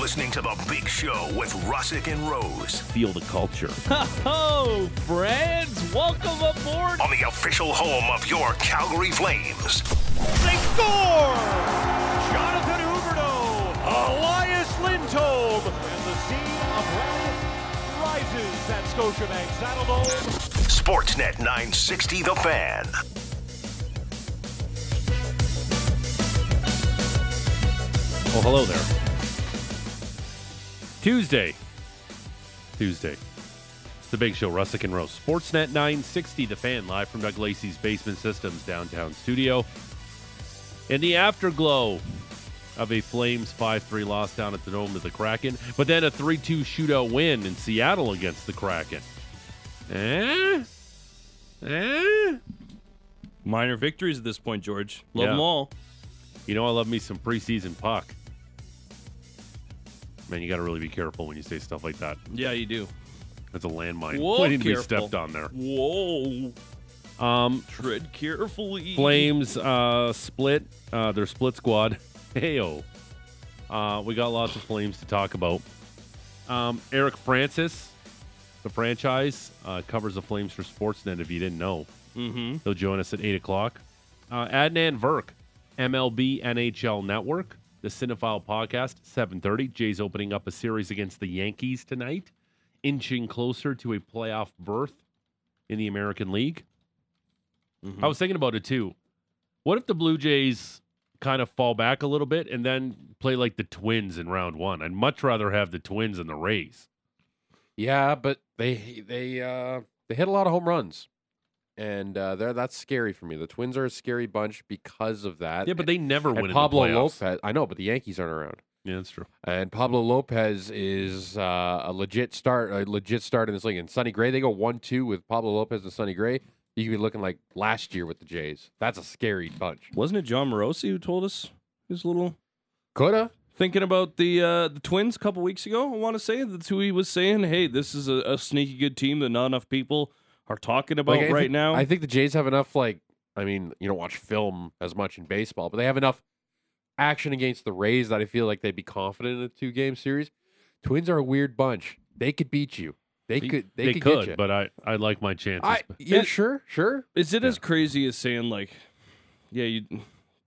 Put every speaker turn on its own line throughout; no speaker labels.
listening to The Big Show with Russick and Rose
Feel the culture.
Oh, friends, welcome aboard.
on the official home of your Calgary Flames.
They score! Jonathan Huberto, Elias Lindholm, and the sea of red rises at Scotiabank Saddledome.
Sportsnet 960 The Fan.
Oh, hello there. Tuesday. Tuesday. It's the Big Show, Russick and Rose. Sportsnet 960, the fan, live from Doug Lacey's Basement Systems downtown studio. In the afterglow of a Flames 5 3 loss down at the Dome to the Kraken, but then a 3 2 shootout win in Seattle against the Kraken. Eh? Eh?
minor victories at this point, George. Love
Yeah.
them all.
You know, I love me some preseason puck. Man, you got to really be careful when you say stuff like that.
Yeah, you do.
That's a landmine.
Whoa,
Waiting to be
careful.
stepped on there.
Whoa,
Um,
tread carefully.
Flames uh, split. Uh, their split squad. Heyo. Uh, we got lots of Flames to talk about. Um, Eric Francis, the franchise, uh, covers the Flames for Sportsnet. If you didn't know,
Mm-hmm.
They'll join us at 8 o'clock. Uh, Adnan Verk, MLB NHL Network, the Cinephile Podcast, 7.30. Jays opening up a series against the Yankees tonight, inching closer to a playoff berth in the American League.
Mhm.
I was thinking about it, too. What if the Blue Jays kind of fall back a little bit and then play like the Twins in round one? I'd much rather have the Twins and the Rays.
Yeah, but they they uh they hit a lot of home runs. And uh they're that's scary for me. The Twins are a scary bunch because of that.
Yeah, but they never
and
win
Pablo
in the playoffs.
Lopez. I know, but the Yankees aren't around.
Yeah, that's true.
And Pablo Lopez is uh, a legit start, a legit start in this league. And Sonny Gray, they go one-two with Pablo Lopez and Sonny Gray. You could be looking like last year with the Jays. That's a scary bunch.
Wasn't it John Morosi who told us he was a little
Coulda,
thinking about the uh, the Twins a couple weeks ago? I want to say that's who he was saying. Hey, this is a, a sneaky good team that not enough people are talking about
Like, I
right
think-
now.
I think the Jays have enough. Like, I mean, you don't watch film as much in baseball, but they have enough action against the Rays that I feel like they'd be confident in a two-game series. Twins are a weird bunch. They could beat you. They could. They, could, get you.
but I, I like my chances.
I, yeah,
It-
sure, sure.
Is it as crazy as saying like, yeah, you'd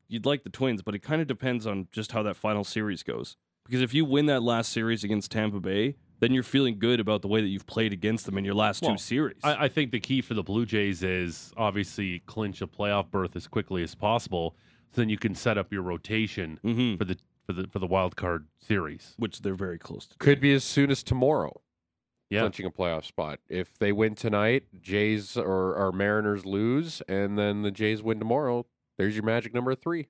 you'd like the Twins, but it kind of depends on just how that final series goes. Because if you win that last series against Tampa Bay, then you're feeling good about the way that you've played against them in your last
Well,
two series.
I, I think the key for the Blue Jays is obviously clinch a playoff berth as quickly as possible, so then you can set up your rotation
hmm
for the for the for the wild card series.
Which they're very close to.
Could be as soon as tomorrow.
Yeah,
clinching a playoff spot. If they win tonight, Jays or, or Mariners lose, and then the Jays win tomorrow, there's your magic number three.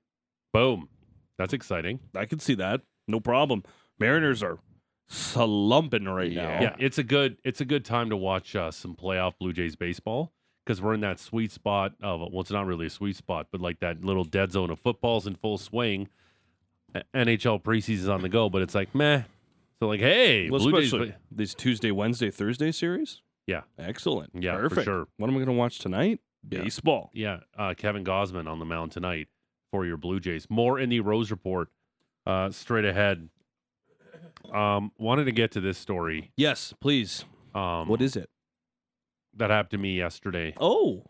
boom, that's exciting.
I could see that. No problem. Mariners are slumping right now.
Yeah, it's a good it's a good time to watch uh, some playoff Blue Jays baseball because we're in that sweet spot of well, it's not really a sweet spot, but like that little dead zone of football's in full swing. A- NHL preseason's on the go, but it's like meh. So like, hey,
Well,
Blue Jays.
especially these Tuesday, Wednesday, Thursday series.
Yeah.
Excellent.
Yeah, for
Perfect.
sure.
What am I going to watch tonight?
Yeah.
Baseball.
Yeah, uh, Kevin Gosman on the mound tonight for your Blue Jays. More in the Rose Report uh, straight ahead. Um, wanted to get to this story.
Yes, please.
Um,
What is it?
that happened to me yesterday?
Oh,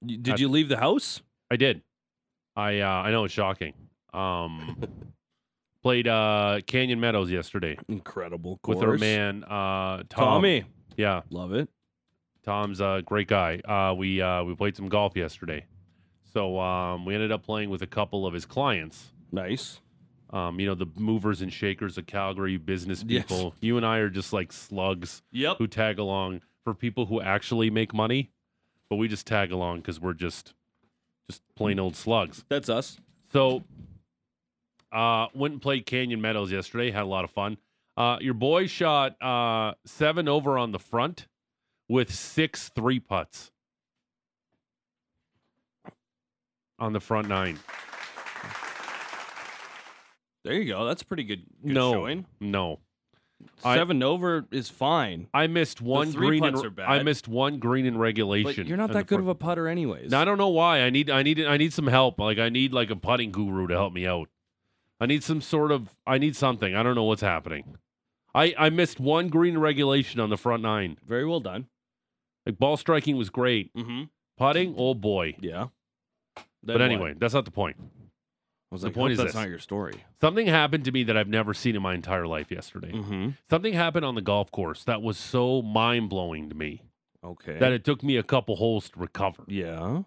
Y- did
I-
you leave the house?
I did. I uh, I know it's shocking. Um, played uh, Canyon Meadows yesterday
Incredible.
with our man uh, Tom.
Tommy.
Yeah,
Love it.
Tom's a great guy. Uh, we uh, we played some golf yesterday, so um, we ended up playing with a couple of his clients.
Nice.
um, you know, the movers and shakers of Calgary, business
Yes.
people. You and I are just like slugs
Yep.
who tag along for people who actually make money, but we just tag along because we're just just plain old slugs.
That's us.
So uh went and played Canyon Meadows yesterday, had a lot of fun. Uh your boy shot uh seven over on the front with six three putts on the front nine.
There you go. That's pretty good. good
no.
Showing.
No. I-
Seven over is fine.
I missed one
three
green.
putts
In,
are bad.
I missed one green in regulation.
But you're not
in
that
the
good of
fir-
a putter, anyways.
No, I don't know why. I need. I need. I need some help. Like I need like a putting guru to help me out. I need some sort of. I need something. I don't know what's happening. I, I missed one green regulation on the front nine.
Very well done.
Like ball striking was great.
Mm-hmm.
Putting, oh boy.
Yeah. Then
But
what?
anyway, that's not the point.
I was
the
like,
point
hope
is
that's
this.
not your story.
Something happened to me that I've never seen in my entire life yesterday.
Mm-hmm.
Something happened on the golf course that was so mind blowing to me
Okay.
that it took me a couple holes to recover.
yeah.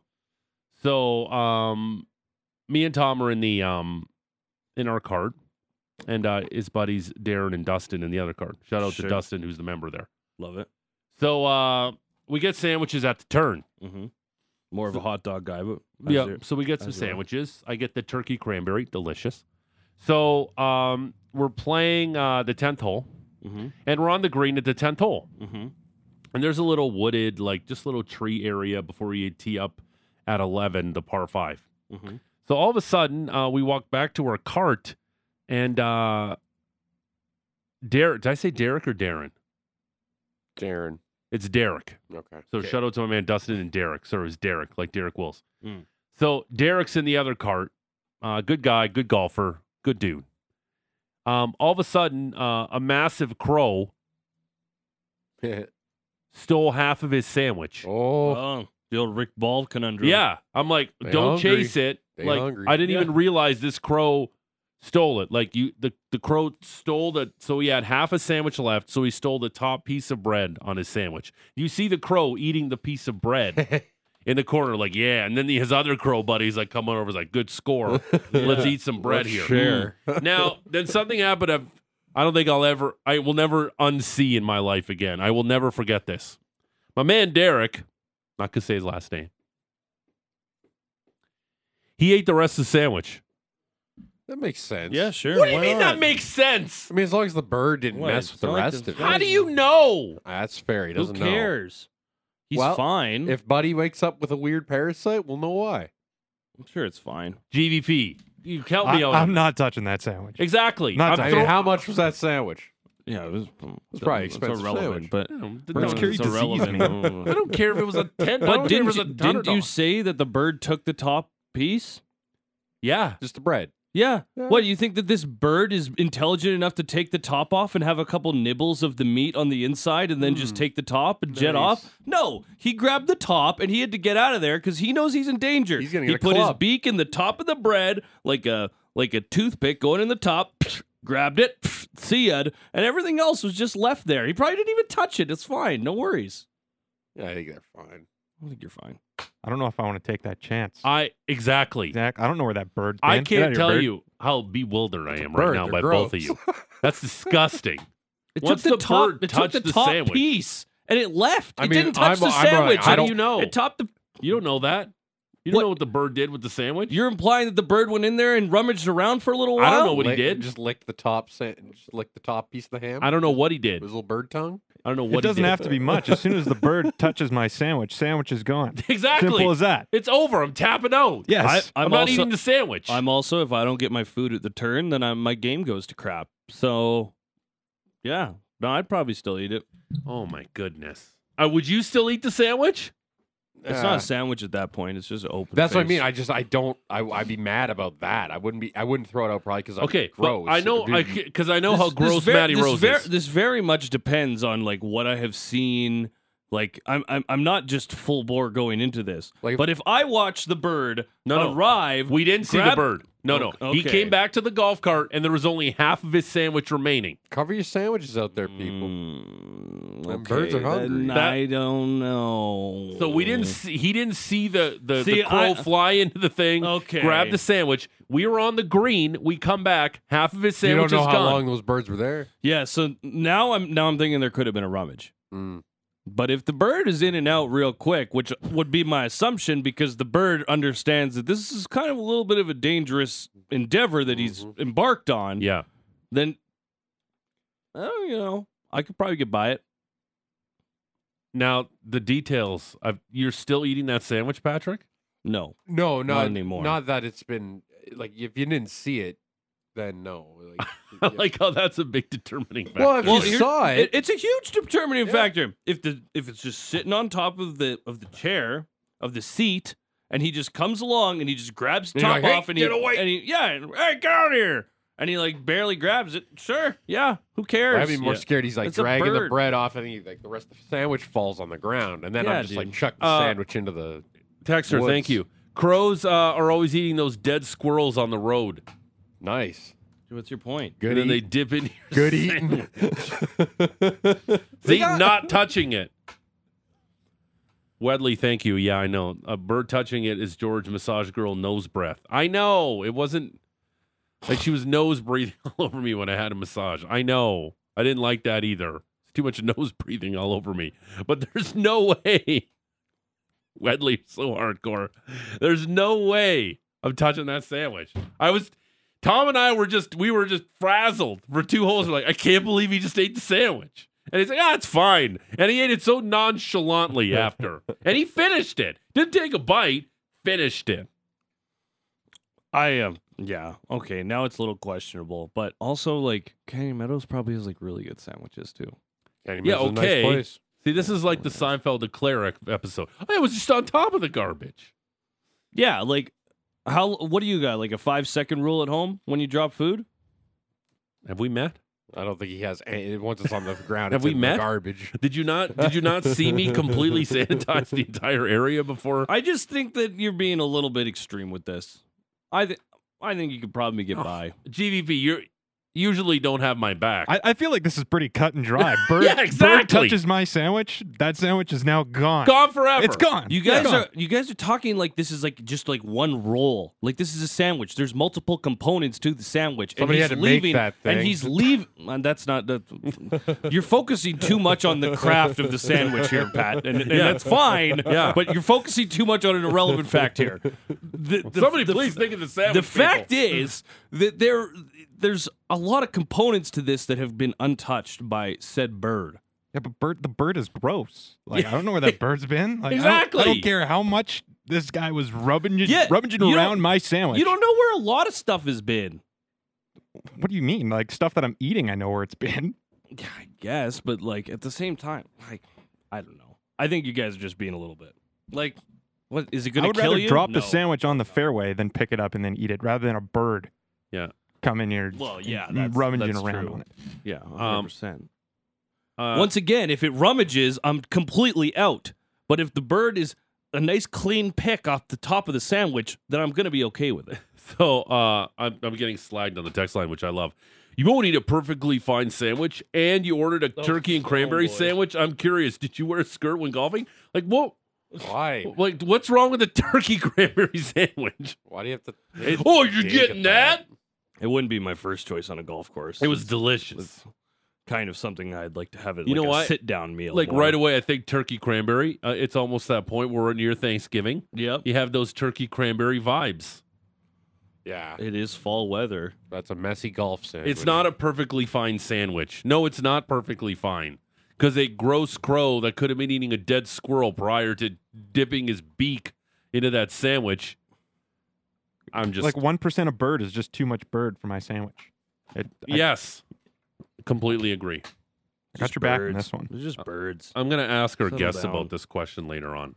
So, um, me and Tom are in the um, in our cart, and uh, his buddies Darren and Dustin in the other cart. Shout out
Sure.
to Dustin, who's the member there.
Love it.
So uh, we get sandwiches at the turn.
Mm-hmm. More of a hot dog guy, but as
Yeah.
your-
So we get some
as you are.
sandwiches. I get the turkey cranberry, delicious. So um, we're playing uh, the tenth hole,
Mhm.
and we're on the green at the tenth hole.
Mhm.
And there's a little wooded, like just little tree area before you tee up at eleven, the par 5
Mhm.
So all of a sudden, uh, we walk back to our cart, and uh, Derek. Did I say Derek or Darren?
Darren.
It's Derek.
Okay.
So
Okay.
shout out to my man Dustin and Derek. So it was Derek, like Derek Wills.
Mm.
So Derek's in the other cart. Uh, good guy, good golfer, good dude. Um, all of a sudden, uh, a massive crow stole half of his sandwich.
oh,
Oh, the old Rick Ball conundrum.
yeah, I'm like,
They
don't
hungry.
chase it.
They
like
hungry.
I didn't
Yeah.
even realize this crow stole it. Like you, the the crow stole the so he had half a sandwich left. So he stole the top piece of bread on his sandwich. You see the crow eating the piece of bread. in the corner, like, yeah. And then his other crow buddies like come on over, is like, good score. Let's eat some bread
Let's
here.
Share.
Mm. Now, then something happened. I've, I don't think I'll ever, I will never unsee in my life again. I will never forget this. My man Derek, not gonna say his last name. He ate the rest of the sandwich.
That makes sense.
Yeah, sure.
What do you
why
mean
not?
that makes sense?
I mean, as long as the bird didn't
What?
mess with
It's
the
not like
rest
the
of it.
bird-
How do you know?
That's fair. He
Who
doesn't
cares? He's
Well,
fine.
know. If Buddy wakes up with a weird parasite, we'll know why.
I'm sure it's fine.
GVP, you help me
I,
out.
I'm not touching that sandwich.
exactly.
Not
I
I'm
mean, how much was that sandwich?
Yeah, it was. mm,
It's probably expensive
irrelevant,
sandwich.
but
throwing-
Birds
No,
carry disease,
I don't care if it was a ten. I
but
don't care if it
didn't
was
you,
a
didn't you
$100.
say that the bird took the top piece?
Yeah.
Just the bread.
Yeah. What you think that this bird is intelligent enough to take the top off and have a couple nibbles of the meat on the inside and then just take the top and jet off? No, he grabbed the top and he had to get out of there because he knows he's in danger.
He's gonna
he
get a
put his
club.
beak in the top of the bread like a like a toothpick going in the top. grabbed it. see ya, and everything else was just left there. He probably didn't even touch it. It's fine. No worries.
Yeah, I think they're fine.
I think you're fine.
I don't know if I want to take that chance.
I exactly.
Zach, I don't know where that bird's been.
I
Get out
can't
of here,
tell
bird.
you how bewildered I am right
bird,
now
they're
by both of
gross.
you. That's disgusting.
It
Once
took the,
the
top.
bird
it took the
touched the
top
sandwich.
piece, and it left.
I
it
mean,
didn't touch
I'm-
the
I'm right.
sandwich.
I
How
It-
do
don't-
you know?
It topped the.
you don't know that. You don't
What-
know what the bird did with the sandwich.
You're implying that the bird went in there and rummaged around for a little while.
I don't know what he
Lick-
did.
Just licked the top. Sa- just licked the top piece of the ham.
I don't know what he
His
did.
little bird tongue.
I don't know what
it doesn't
he did.
have to be much. As soon as the bird touches my sandwich, sandwich is gone.
Exactly.
Simple as that.
It's over. I'm tapping out.
Yes.
I,
I-
am
I'm
not
also-
eating the sandwich.
I'm also, if I don't get my food at the turn, then I'm, my game goes to crap. So, yeah, no, I'd probably still eat it.
oh my goodness. Uh, would you still eat the sandwich?
It's
Ah.
not a sandwich at that point. It's just open.
That's what I
face.
mean. I just I don't. I I'd be mad about that. I wouldn't be. I wouldn't throw it out probably because
Okay, but
gross.
I know
Dude,
because I know
This-
how
this
gross
ver-
Matty
this
Rose
ver-
is.
This very much depends on like what I have seen. Like I'm, I'm, I'm not just full bore going into this.
Like-
but if I watch the bird
No, no.
arrive,
We didn't see the
Grab-
bird. No, no.
Okay.
He came back to the golf cart, and there was only half of his sandwich remaining.
cover your sandwiches out there, people.
Mm,
Them birds are
okay,
hungry.
then
That-
I don't know.
So we
Mm.
didn't see, he didn't see the the,
See,
the crow
I-
fly into the thing,
Okay.
grab the sandwich. We were on the green. We come back, half of his
You
sandwich
don't
is
know how
gone.
long those birds were there.
Yeah, so now I'm now I'm thinking there could have been a rummage.
Mm.
But if the bird is in and out real quick, which would be my assumption because the bird understands that this is kind of a little bit of a dangerous endeavor that he's
Mm-hmm.
embarked on,
Yeah,
then oh, you know, I could probably get by it.
Now the details. Of, you're still eating that sandwich, Patrick?
No.
No, not,
anymore.
Not that it's been like if you didn't see it, then no. Like,
I
yeah.
like how Oh, that's a big determining factor.
well, if
Well,
you
here-
saw
It,
it,
it's a huge determining
Yeah.
factor. If the if it's just sitting on top of the of the chair of the seat, and he just comes along and he just grabs the
And you're
top
like, "Hey,
off and
get
he
away."
and he yeah, and, hey, get out of here! And he like barely grabs it. Sure, yeah. Who cares?
I'd be more
Yeah.
scared. He's like
It's a
dragging the
bird.
bread off, and he like the rest of the sandwich falls on the ground, and then
Yeah,
I'm just like
dude.
chuck the
Uh,
sandwich into the.
Texter,
Woods.
thank you. Crows uh, are always eating those dead squirrels on the road,
Nice,
What's your point?
good,
and then they
eat-
dip in. Your
good eating.
See, not touching it. Wedley, thank you. Yeah, I know. A bird touching it is George Massage Girl nose breath. I know. It wasn't like she was nose breathing all over me when I had a massage. I know. I didn't like that either. It's too much nose breathing all over me. But there's no way. Wedley, so hardcore. There's no way I'm touching that sandwich. I was Tom and I were just we were just frazzled for two holes. We're like, I can't believe he just ate the sandwich. And he's like, ah, it's fine. And he ate it so nonchalantly after. and he finished it. Didn't take a bite, finished it.
I am. yeah. Okay. Now it's a little questionable, but also like Kenny Meadows probably has like really good sandwiches too.
Yeah, okay. See, this is like the Seinfeld the cleric episode. I was just on top of the garbage.
Yeah. Like, how? What do you got? Like a five second rule at home when you drop food?
Have we met?
I don't think he has. Any, once it's on the ground,
Have
it's
we
in the
met?
garbage?
Did you not did you not see me completely sanitize the entire area before?
I just think that you're being a little bit extreme with this. I think I think you could probably get by.
GVP, you usually don't have my back.
I, I feel like this is pretty cut and dry. Bird,
Yeah,
bird
exactly.
touches my sandwich. That sandwich is now gone.
gone forever.
It's gone.
You
Yeah.
guys are you guys are talking like this is like just like one roll. Like this is a sandwich. There's multiple components to the sandwich.
Somebody
and
had
he's
to make
leaving,
that
And
thing.
he's leaving. And that's not. That, you're focusing too much on the craft of the sandwich here, Pat. And, and that's fine.
Yeah.
But you're focusing too much on an irrelevant fact here. The, the,
Somebody
the-
please think of the sandwich.
the
people.
fact is that there there's a lot of components to this that have been untouched by said bird.
Yeah, but bird, the bird is gross. Like I don't know where that bird's been. Like, I don't- I don't,
Exactly.
care how much this guy was rubbing you,
Yeah,
rubbing
you don't-
around my sandwich.
You don't know where a lot of stuff has been.
What do you mean? Like stuff that I'm eating, I know where it's been.
Yeah, I guess, but like at the same time, like I don't know. I think you guys are just being a little bit like, what is it going to
I would
kill
rather
you?
drop
No.
the sandwich on the fairway than pick it up and then eat it, rather than a bird.
Yeah.
coming here.
Well, yeah,
and
that's-
rummaging
that's
around
true.
on it.
Yeah,
Um,
100%.
Uh,
Once again, if it rummages, I'm completely out. But if the bird is a nice clean pick off the top of the sandwich, then I'm going to be okay with it.
So uh, I'm, I'm getting slagged on the text line, which I love. You won't eat a perfectly fine sandwich, and you ordered a turkey and cranberry sandwich. I'm curious, did you wear a skirt when golfing? Like what?
Why?
Like what's wrong with a turkey cranberry sandwich?
Why do you have to?
Oh, you're
dig
getting
at
that?
It wouldn't be my first choice on a golf course.
It was delicious.
It's kind of something I'd like to have it.
You
like
know
a
what?
Sit down meal,
Like
more.
right away, I think turkey cranberry. Uh, it's almost that point where we're near Thanksgiving.
Yep.
You have those turkey cranberry vibes.
Yeah,
It is fall weather.
that's a messy golf sandwich.
It's not a perfectly fine sandwich. No, it's not perfectly fine. Because a gross crow that could have been eating a dead squirrel prior to dipping his beak into that sandwich. I'm just
like one percent of bird is just too much bird for my sandwich. It, I
yes, completely agree.
got your back on this one.
They're just birds.
I'm gonna ask our
Settle
guests
down.
about this question later on.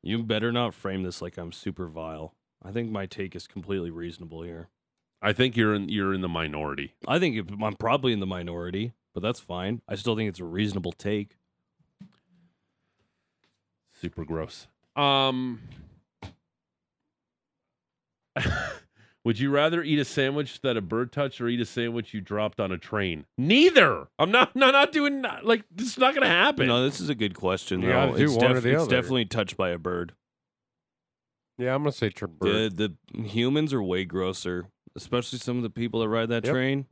You better not frame this like I'm super vile. I think my take is completely reasonable here.
I think you're in you're in the minority.
I think if- I'm probably in the minority, but that's fine. I still think it's a reasonable take.
Super gross. Um, would you rather eat a sandwich that a bird touched or eat a sandwich you dropped on a train? Neither. I'm not. Not not doing. Like this is not gonna happen.
No, this is a good question.
You
though.
gotta do
it's
one or the
it's
other.
definitely touched by a bird.
Yeah, I'm gonna say tr- bird.
The, the humans are way grosser, especially some of the people that ride that
Yep.
train.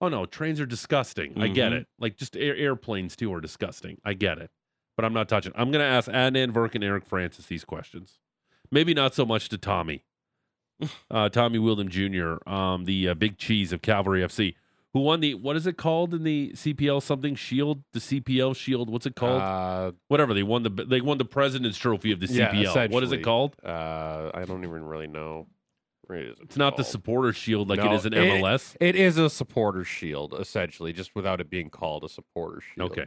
Oh no, trains are disgusting. I get
Mm-hmm.
Mhm.
it. Like just air- airplanes too are disgusting. I get it. But I'm not touching. I'm gonna ask Adnan Verk and Eric Francis these questions. Maybe not so much to Tommy, uh, Tommy Wildem Jr., um, the uh, big cheese of Cavalry FC, who won the what is it called in the CPL something Shield, the CPL Shield. What's it called?
Uh,
Whatever they won the they won the President's Trophy of the
Yeah,
CPL. What is it
essentially.
called?
uh, I don't even really know. What is it
It's not the
called?
Supporter Shield like
Oh. No,
it is in
it-
MLS.
It is a supporter shield, essentially, just without it being called a supporter shield.
Okay.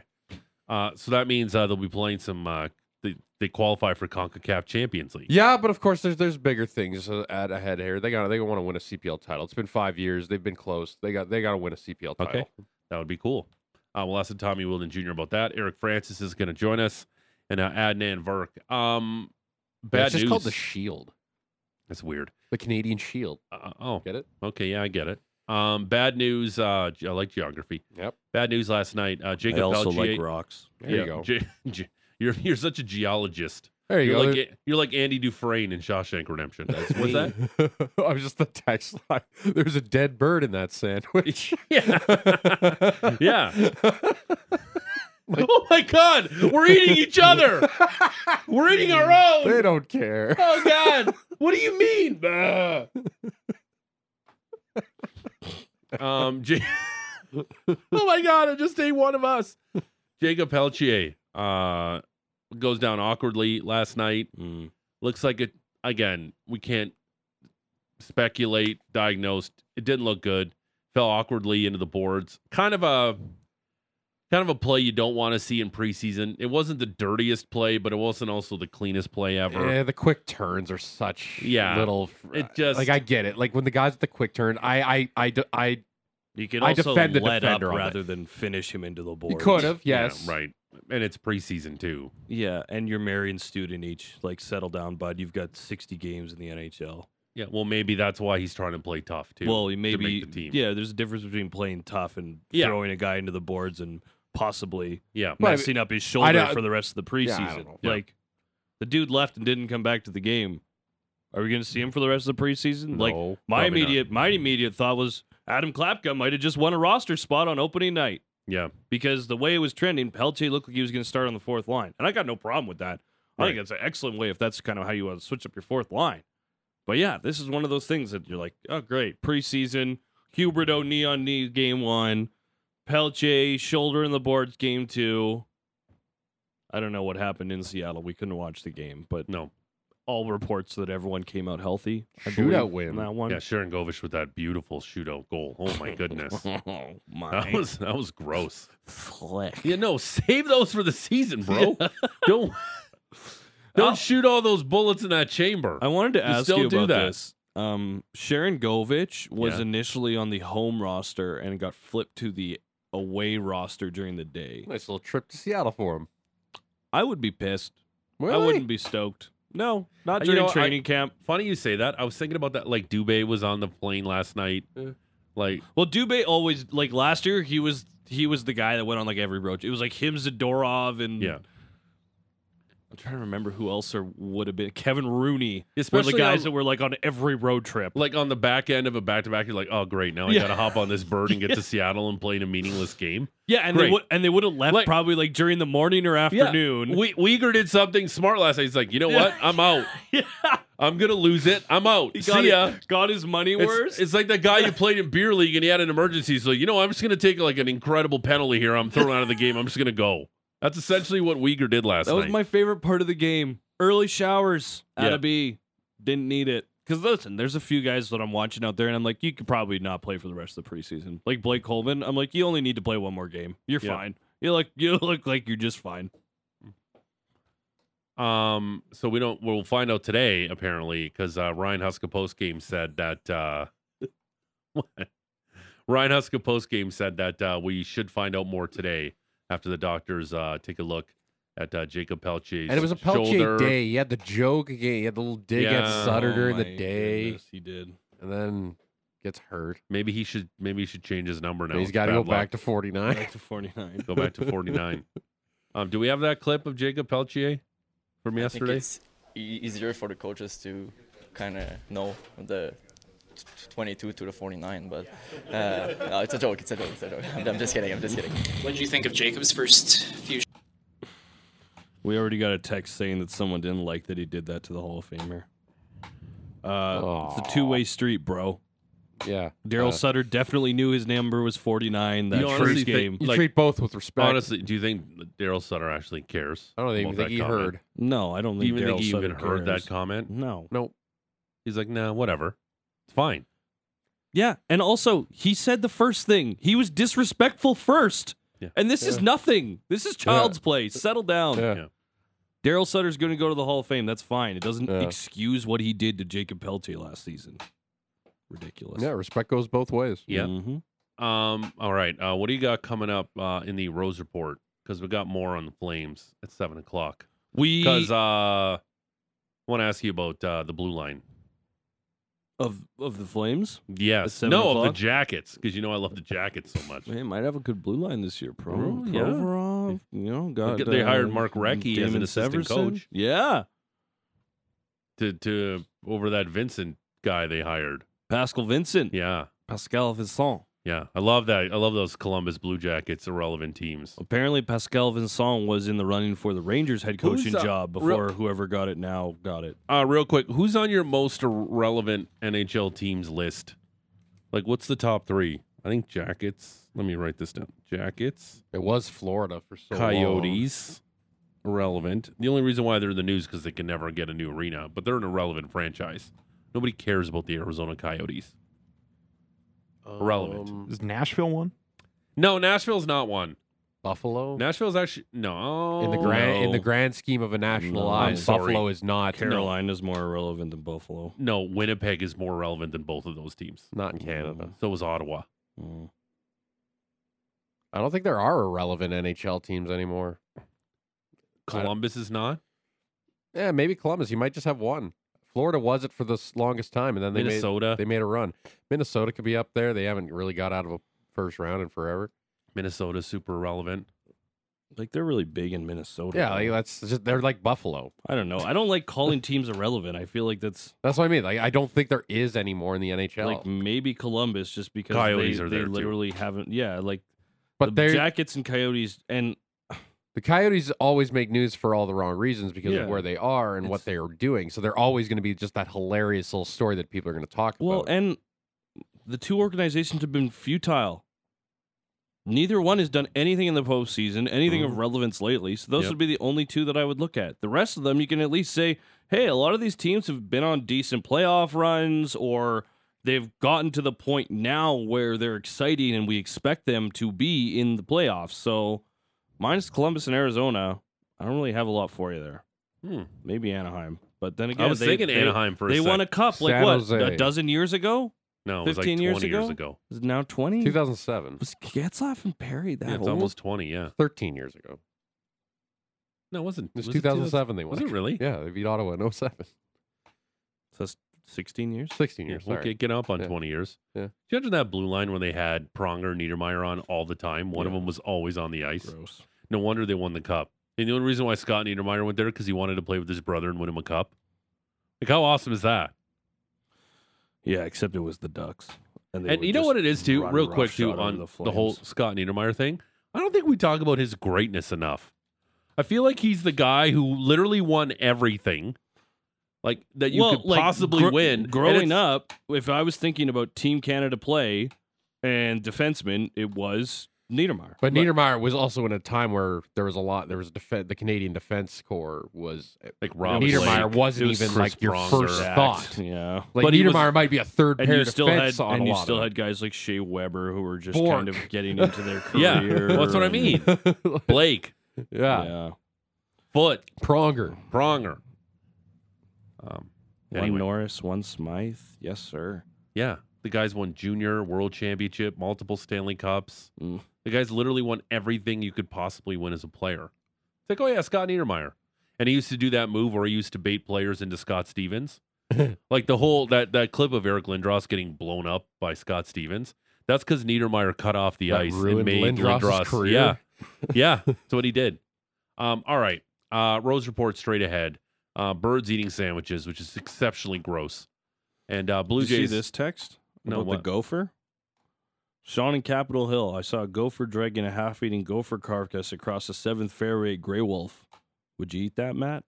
Uh, so that means uh, they'll be playing some uh, they, they qualify for CONCACAF Champions League.
Yeah, but of course, there's there's bigger things uh, at ahead here. They got they want to win a CPL title. It's been five years. They've been close. They got they got to win a CPL title.
Okay. That would be cool. Uh, we'll ask Tommy Wilden Jr. about that. Eric Francis is going to join us, and uh, Adnan Verk. Um,
But
bad
it's just
news.
called the Shield,
That's weird.
the Canadian Shield.
Uh, oh,
Get it?
okay, yeah, I get it. Um, bad news. Uh, ge- I like geography.
Yep.
Bad news last night. Uh,
I
Jacob
also
Belgier.
like rocks.
There you go.
ge- ge- you're you're such a geologist.
There you
You're
go.
like A- you're like Andy Dufresne in Shawshank Redemption. What's that?
I was just the text line. There's a dead bird in that sandwich.
Yeah. yeah. oh my God! We're eating each other. We're eating our own.
they don't care.
Oh God! What do you mean? Bah. um. J- oh my God! It just ate one of us. Jacob Peltier uh, goes down awkwardly last night.
Mm.
Looks like it again. We can't speculate. Diagnosed. It didn't look good. Fell awkwardly into the boards. Kind of a kind of a play you don't want to see in preseason. It wasn't the dirtiest play, but it wasn't also the cleanest play ever.
Yeah, the quick turns are such
Yeah.
little. fr-
It just-
like I get it. Like when the guys at the quick turn, I I I d- I
You could
I
also
defend the
let up
defender on
rather than finish him into the board.
you could have
Yeah,
yes
right. And it's preseason too.
Yeah, and you're marrying student each. Like, settle down, bud. You've got 60 games in the NHL.
Yeah. Well, maybe that's why he's trying to play tough too.
well,
to
maybe
make the team.
yeah. There's a difference between playing tough and
Yeah.
throwing a guy into the boards and possibly
yeah.
Well, I mean,
messing up his shoulder
don't-
for the rest of the
Yeah, I don't
preseason.
know.
Yeah.
Like, the dude left and didn't come back to the game. Are we going to see him for the rest of the preseason? like,
No,
my
probably not.
immediate my immediate thought was Adam Klapka might have just won a roster spot on opening night
Yeah.
because the way it was trending, Peltier looked like he was going to start on the fourth line, and I got no problem with that. I think
Right.
it's an excellent way if that's kind of how you want to switch up your fourth line. But yeah, this is one of those things that you're like, oh great, preseason, Huberto knee on knee game one, Pelche shoulder in the boards game two. I don't know what happened in Seattle. We couldn't watch the game, but
No.
all reports that everyone came out healthy. I
Shootout
believe, in
win.
that one.
Yeah. Sharon Govich with that beautiful shootout goal. Oh my goodness.
Oh my!
That was that was gross.
slick.
Yeah, no, save those for the season, bro. don't don't
I'll-
shoot all those bullets in that chamber.
I wanted to
You
ask
still
you
do
about
that.
this. Um, Sharon Govich was
Yeah.
initially on the home roster and got flipped to the away roster during the day.
nice little trip to Seattle for him.
I would be pissed. I
Really?
wouldn't be stoked. No, not
Uh, You
during
know, I-
training camp.
Funny you say that. I was thinking about that. Like Dubé was on the plane last night.
Yeah.
Like
Well, Dubé always like last year he was he was the guy that went on like every road. It was like him, Zadorov, and
yeah,
I'm trying to remember who else there would have been. Kevin Rooney,
especially
were the guys
on-
that were like on every road trip.
like on the back end of a back to back. You're like, oh great, now I
Yeah.
got to hop on this bird and get to Seattle and play in a meaningless game.
Yeah, and
Great.
they would and they would have left
Like-
probably like during the morning or afternoon.
We Uyghur did something smart last night. He's like, you know what? I'm out.
yeah.
I'm gonna lose it. I'm out.
He got,
See ya.
it- got his money
It's,
worse.
it's like that guy you played in beer league and he had an emergency. So you know, I'm just gonna take like an incredible penalty here. I'm thrown out of the game. I'm just gonna go. That's essentially what Uyghur did last
that was
night.
my favorite part of the game. Early showers out
Yeah.
of B. Didn't need it. Because listen, there's a few guys that I'm watching out there, and I'm like, you could probably not play for the rest of the preseason. Like Blake Coleman, I'm like, you only need to play one more game. You're
Yeah.
fine. You look, you look like you're just fine.
Um, so we don't. We'll find out today apparently because uh, Ryan Huska post game said that. Uh, what? Ryan Huska post game said that uh, we should find out more today after the doctors uh, take a look at uh, Jacob Peltier's
And it was a Pelche
shoulder.
day. He had the joke again. He had the little dig
Yeah.
at Sutter during the
Oh my
day,
goodness, he did.
and then gets hurt.
Maybe he should. Maybe he should change his number now.
He's got to
Bad
go
luck.
back to 49.
Back to 49.
Go back to forty nine. um, do we have that clip of Jacob Peltier from
I think
yesterday?
it's e- easier for the coaches to kind of know the t- 22 to the 49, but uh, no, it's a joke. It's a joke. It's a joke. I'm, I'm just kidding. I'm just kidding.
What did you think of Jacob's first few
We already got a text saying that someone didn't like that he did that to the Hall of Famer. Uh, it's a two way street, bro.
yeah,
Daryl
Uh,
Sutter definitely knew his number was 49 that
You honestly
first
think-
game.
you
like-
treat both with respect.
Honestly, do you think that Daryl Sutter actually cares?
I don't even
about
think
that
he
comment?
heard.
No, I don't
Do you
think
even
Daryl
think he
Sutter
even heard
cares.
that comment?
No.
Nope.
He's like, nah, whatever. It's fine.
Yeah, and also he said the first thing. He was disrespectful first.
Yeah.
And this is
Yeah.
nothing. This is child's play. Settle down.
Yeah.
Yeah.
Daryl Sutter's going to go to the Hall of Fame. That's fine. It doesn't
Yeah.
excuse what he did to Jacob Peltier last season. Ridiculous.
Yeah, respect goes both ways.
Yeah.
Mhm.
Um. All right. Uh, what do you got coming up uh, in the Rose Report? Because we got more on the Flames at seven o'clock.
We
Because uh, I want to ask you about uh, the blue line.
of of the Flames.
Yes.
seven
no, of
o'clock?
the Jackets. Because you know I love the Jackets so much.
Man, might have a good blue line this year. Pro,
Oh, yeah.
Provorov, you know, got
get- they hired
uh,
Mark Recchi as an
Damon
assistant
Severson.
coach.
Yeah,
To to over that Vincent guy they hired.
Pascal Vincent,
Yeah.
Pascal Vincent.
Yeah. I love that. I love those Columbus Blue Jackets irrelevant teams.
Apparently, Pascal Vincent was in the running for the Rangers head
Who's,
coaching
uh,
job
real-
before whoever got it now got it.
Uh, real quick, who's on your most relevant NHL teams list? Like, what's the top three? I think Jackets. Let me write this down. Jackets,
It was Florida for so long.
Coyotes, irrelevant. The only reason why they're in the news because they can never get a new arena, but they're an irrelevant franchise. Nobody cares about the Arizona Coyotes. Irrelevant.
Um,
Is Nashville one?
No, Nashville's not one.
Buffalo.
Nashville's actually no
in the grand in the
No.
grand scheme of a national
No.
eye,
I'm sorry.
Buffalo is not.
Carolina's more irrelevant than Buffalo.
No, Winnipeg is more relevant than both of those teams.
Not in Canada.
So is Ottawa.
Mm.
I don't think there are irrelevant NHL teams anymore. don't-
Columbus is not.
Yeah, maybe Columbus. You might just have one. Florida was it for the s- longest time, and then they
Minnesota.
made they made a run. Minnesota could be up there. They haven't really got out of a first round in forever.
Minnesota's super irrelevant.
Like they're really big in Minnesota.
Yeah, like that's just, they're like Buffalo.
I don't know. I don't like calling teams irrelevant. I feel like that's
That's what I mean. Like I don't think there is anymore in the NHL.
like maybe Columbus just because
Coyotes
they,
are
they
there, too.
literally haven't. Yeah, like
but
the
they're
Jackets and Coyotes and
The Coyotes always make news for all the wrong reasons because
Yeah.
of where they are and what they are doing. So they're always going to be just that hilarious little story that people are going to talk
well,
about.
and the two organizations have been futile. Neither one has done anything in the postseason, anything of relevance lately. So
Mm-hmm.
those
Yep.
would be the only two that I would look at. The rest of them, you can at least say, hey, a lot of these teams have been on decent playoff runs, or they've gotten to the point now where they're exciting, and we expect them to be in the playoffs. So minus Columbus and Arizona, I don't really have a lot for you there.
Hmm.
Maybe Anaheim, but then again,
I was
they-
thinking
they-
Anaheim for a
They
sec.
won a cup like
San
what
Jose.
a dozen years ago.
No, it was like
15
20
years
years ago.
ago? Is it now twenty?
2007,
Was Getzlaff and Perry that
Yeah, it's
old?
almost 20, yeah.
13 years ago.
No, it wasn't.
It was,
was it
2007 they won.
was it really?
Yeah, they beat Ottawa in 07.
So that's sixteen years.
16
Yeah,
years,
we'll
sorry.
get, get up on
Yeah.
20 years.
Yeah.
Do you imagine that blue line when they had Pronger and Niedermeyer on all the time? One of
Yeah.
them was always on the ice.
Gross.
No wonder they won the cup. And the only reason why Scott Niedermeyer went there because he wanted to play with his brother and win him a cup. Like, how awesome is that?
Yeah, except it was the Ducks. they
and
were
you know
just
what it is, too?
run
Real quick,
roughshod
too,
over
on
the,
the whole
Flames.
Scott Niedermeyer thing. I don't think we talk about his greatness enough. I feel like he's the guy who literally won everything, like that you
Well,
could
like,
possibly
gr-
win. And
Growing
it's-
up, if I was thinking about Team Canada play and defensemen, it was Niedermeyer.
But Niedermeyer was also in a time where there was a lot. There was def- the Canadian Defense Corps was.
like Rob
Niedermeyer
Blake,
wasn't
it was
even
Chris
like your
Pronger.
first
Exact.
thought.
Yeah.
Like
But he was-
Niedermeyer might be a third
and
pair
you still
defense
had
on
and
a
you
lot
still
of
had guys like Shea Weber who were just kind
Bork.
of getting into their career.
Yeah, well, that's what I mean.
had,
Blake,
yeah.
Yeah.
Foot,
Pronger.
Pronger. Um,
One
anyway,
Norris, one Smythe. Yes, sir.
yeah, the guys won junior world championship, multiple Stanley Cups.
Mm.
The guys literally won everything you could possibly win as a player. It's like, oh yeah, Scott Niedermeyer, and he used to do that move where he used to bait players into Scott Stevens. like the whole that that clip of Eric Lindros getting blown up by Scott Stevens. That's because Niedermeyer cut off the
That
ice and
ruined
made
Lindros'
Lindros.
career.
Yeah, yeah, that's what he did. Um, all right. Uh, Rose report straight ahead. Uh, birds eating sandwiches, which is exceptionally gross. And uh, Blue
Did you
Jays.
see this text
No,
about
what?
the gopher? Sean in Capitol Hill. I saw a gopher dragging a half-eaten gopher carcass across the seventh fairway at Grey Wolf. Would you eat that, Matt?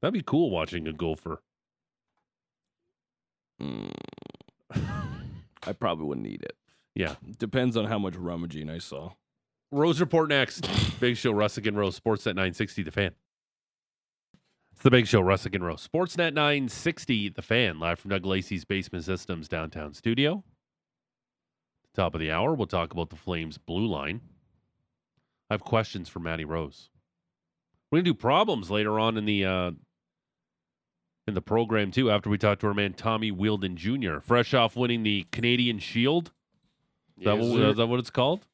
That'd be cool watching a gopher.
I probably wouldn't eat it.
Yeah.
Depends on how much rummaging I saw.
Rose report next. Big Show Russick and Rose Sportsnet 960 The Fan. It's the Big Show Russick and Rose Sportsnet 960 The Fan live from Doug Lacey's Basement Systems downtown studio. Top of the hour, we'll talk about the Flames blue line. I have questions for Matty Rose. We're gonna do problems later on in the uh, in the program too. After we talk to our man Tommy Wielden Jr., fresh off winning the Canadian Shield. Is that,
Yes,
what,
sir.
is that what it's called?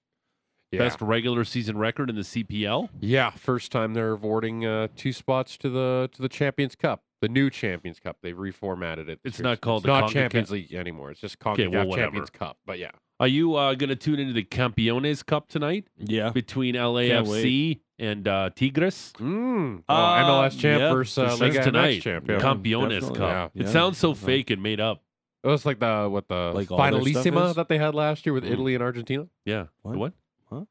Yeah.
Best regular season record in the CPL.
Yeah, first time they're awarding uh, two spots to the to the Champions Cup, the new Champions Cup. They've reformatted it. this
It's
year.
not called
it's
the
not
CONCACAF.
Champions League anymore. It's just CONCACAF
Okay, well, whatever.
Champions Cup. But yeah,
Are you uh, gonna tune into the Campeones Cup tonight
Yeah.
between LAFC and uh, Tigres?
mm. oh,
Uh,
MLS champ
yeah,
versus uh,
That's
Liga MX
tonight.
champ. Yeah.
Campeones
Definitely.
Cup.
Yeah.
It
Yeah.
sounds so
Yeah.
fake and made up.
It was like the what the
Like all their stuff
finalissima
is?
that they had last year with
Mm.
Italy and Argentina.
Yeah.
What?
What?
Huh?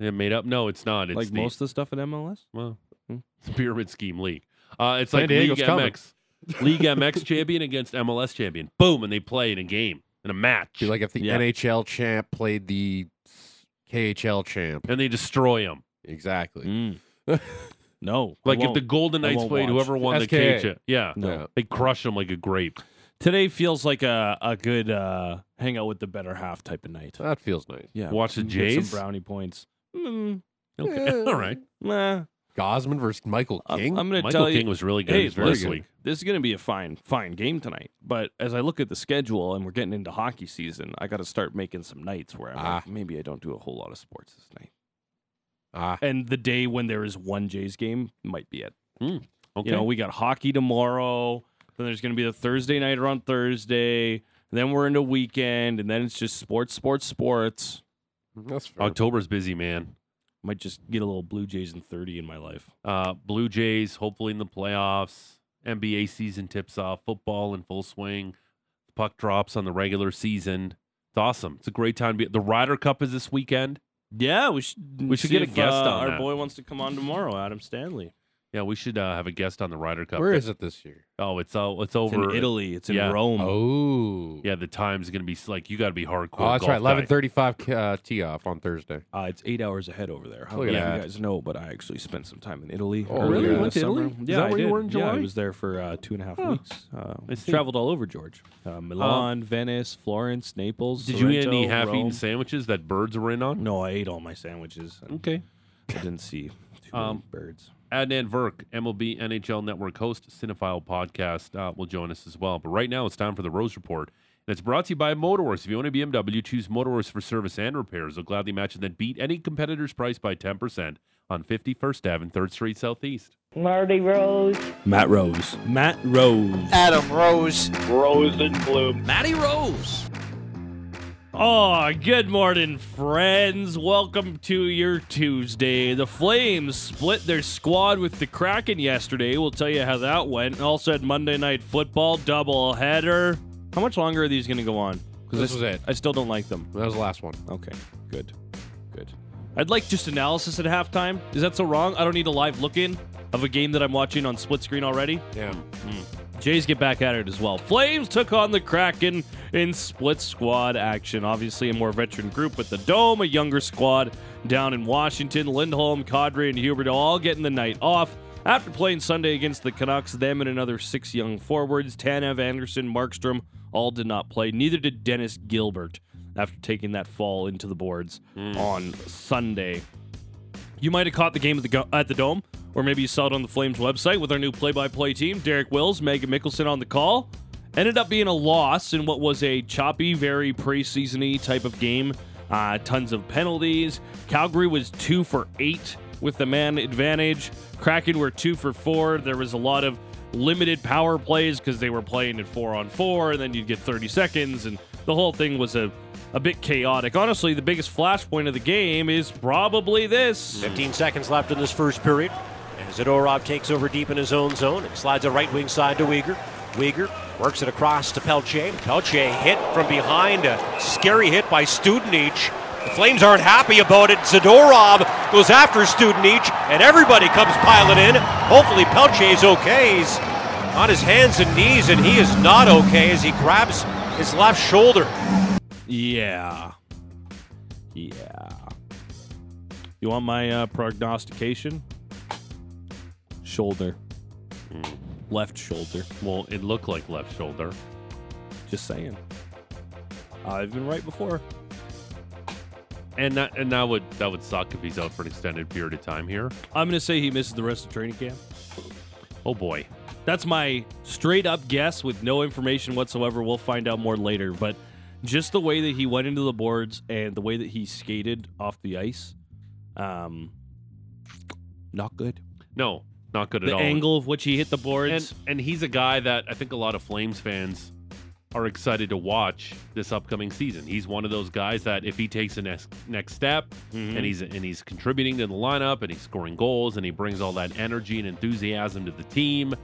Yeah, made up? No, it's not. It's
like
the,
most of the stuff in MLS?
Well,
Hmm.
it's a pyramid scheme league. Uh, it's
San
like
Diego's
League
coming.
MX. League MX champion against MLS champion. Boom, and they play in a game, in a match.
Be like if the
Yeah.
NHL champ played the KHL champ.
and they destroy them.
Exactly.
Mm. no. I
Like if
won't.
the Golden
I
Knights
won't
played
watch.
whoever won
SKA.
the cage. Yeah.
No.
Yeah.
They crush them like a grape.
Today feels like a, a good uh, hang out with the better half type of night.
That feels nice.
Yeah.
Watch the
get
Jays?
Some brownie points. Mm,
Okay.
Yeah.
All right.
nah.
Gosman versus Michael
I'm,
King.
I'm going to
Michael
tell
King
you.
was really good
Hey,
this last
listen,
week.
this is going to be a fine, fine game tonight. But as I look at the schedule and we're getting into hockey season, I got to start making some nights where I'm
Ah.
like, maybe I don't do a whole lot of sports this night.
ah,
And the day when there is one Jays game might be it.
Okay.
You know, we got hockey tomorrow. Then there's going to be the Thursday nighter on Thursday. Then we're into weekend, and then it's just sports, sports, sports.
that's fair.
October's busy, man.
Might just get a little Blue Jays and thirty in my life.
Uh, Blue Jays, hopefully in the playoffs. NBA season tips off. Football in full swing. Puck drops on the regular season. It's awesome. It's a great time to be. The Ryder Cup is this weekend.
Yeah, we should
We should
see
get a
if,
guest
uh,
on
Our
that.
boy wants to come on tomorrow, Adam Stanley.
Yeah, we should uh, have a guest on the Ryder Cup.
Where is it this year?
Oh, it's uh, it's
It's
over
in Italy. It's in
yeah.
Rome.
Oh,
Yeah, the time's gonna be s- like you got to be hardcore.
Oh, that's
golf
right.
guy.
Eleven thirty-five uh, tee off on Thursday.
Uh, it's eight hours ahead over there. How
Look
many
at
of
that.
you guys know? But I actually spent some time in Italy.
Oh,
earlier
really? You
went
this
to Italy?
summer.
Is
Yeah,
that
I
where you
did.
were in
Yeah, I
July?
was there for uh, two and a half
Huh.
weeks. Uh,
I see.
traveled all over George, uh, Milan, Venice, Florence, Naples.
Did you eat any
Sorrento,
half-eaten
Rome.
sandwiches that birds were in on?
No, I ate all my sandwiches. and
Okay.
I didn't see too
Um,
many birds.
Adnan Verk, MLB NHL Network host, Cinephile Podcast, uh, will join us as well. But right now, it's time for the Rose Report. And it's brought to you by Motorworks. If you own a BMW, choose Motorworks for service and repairs. They'll gladly match and then beat any competitor's price by 10% on 51st Ave and 3rd Street Southeast.
Marty Rose.
Matt Rose. Matt Rose.
Adam Rose.
Oh, good morning, friends. Welcome to your Tuesday. The Flames split their squad with the Kraken yesterday. We'll tell you how that went. And also had Monday Night Football doubleheader. How much longer are these going to go on? Because
This was it.
I still don't like them.
That was the last one.
Okay, good, good. I'd like just analysis at halftime. Is that so wrong? I don't need a live look in of a game that I'm watching on split screen already.
Yeah.
Jays get back at it as well. Flames took on the Kraken in split squad action. Obviously, a more veteran group with the Dome, a younger squad down in Washington. Lindholm, Cadre, and Hubert all getting the night off. After playing Sunday against the Canucks, them and another six young forwards, Tanev, Anderson, Markstrom, all did not play. Neither did Dennis Gilbert after taking that fall into the boards on Sunday. You might have caught the game at the go- at the Dome, or maybe you saw it on the Flames website with our new play-by-play team, Derek Wills, Megan Mickelson on the call. Ended up being a loss in what was a choppy, very preseason-y type of game. Uh, tons of penalties. Calgary was two for eight with the man advantage. Kraken were two for four. There was a lot of limited power plays because they were playing at four on four, and then you'd get 30 seconds, and the whole thing was a a bit chaotic. Honestly, the biggest flashpoint of the game is probably this.
15 seconds left in this first period. As Zadorov takes over deep in his own zone and slides a right wing side to Uyghur. Uyghur works it across to Pelche. Pelche hit from behind. A scary hit by Studenich. The Flames aren't happy about it. Zadorov goes after Studenich, and everybody comes piling in. Hopefully, Pelche is okay. He's on his hands and knees, and he is not okay as he grabs his left shoulder.
Yeah. Yeah. You want my uh, prognostication? Shoulder. Left shoulder.
Well, it looked like left shoulder.
Just saying. I've been right before.
And that, and that would that would suck if he's out for an extended period of time here.
I'm going to say he misses the rest of training camp.
Oh boy.
That's my straight up guess with no information whatsoever. We'll find out more later. But just the way that he went into the boards and the way that he skated off the ice, um, not good.
No, not good at
The
all.
angle of which he hit the boards.
and and he's a guy that I think a lot of Flames fans are excited to watch this upcoming season. He's one of those guys that if he takes the next next step and he's and he's contributing to the lineup and he's scoring goals and he brings all that energy and enthusiasm to the team.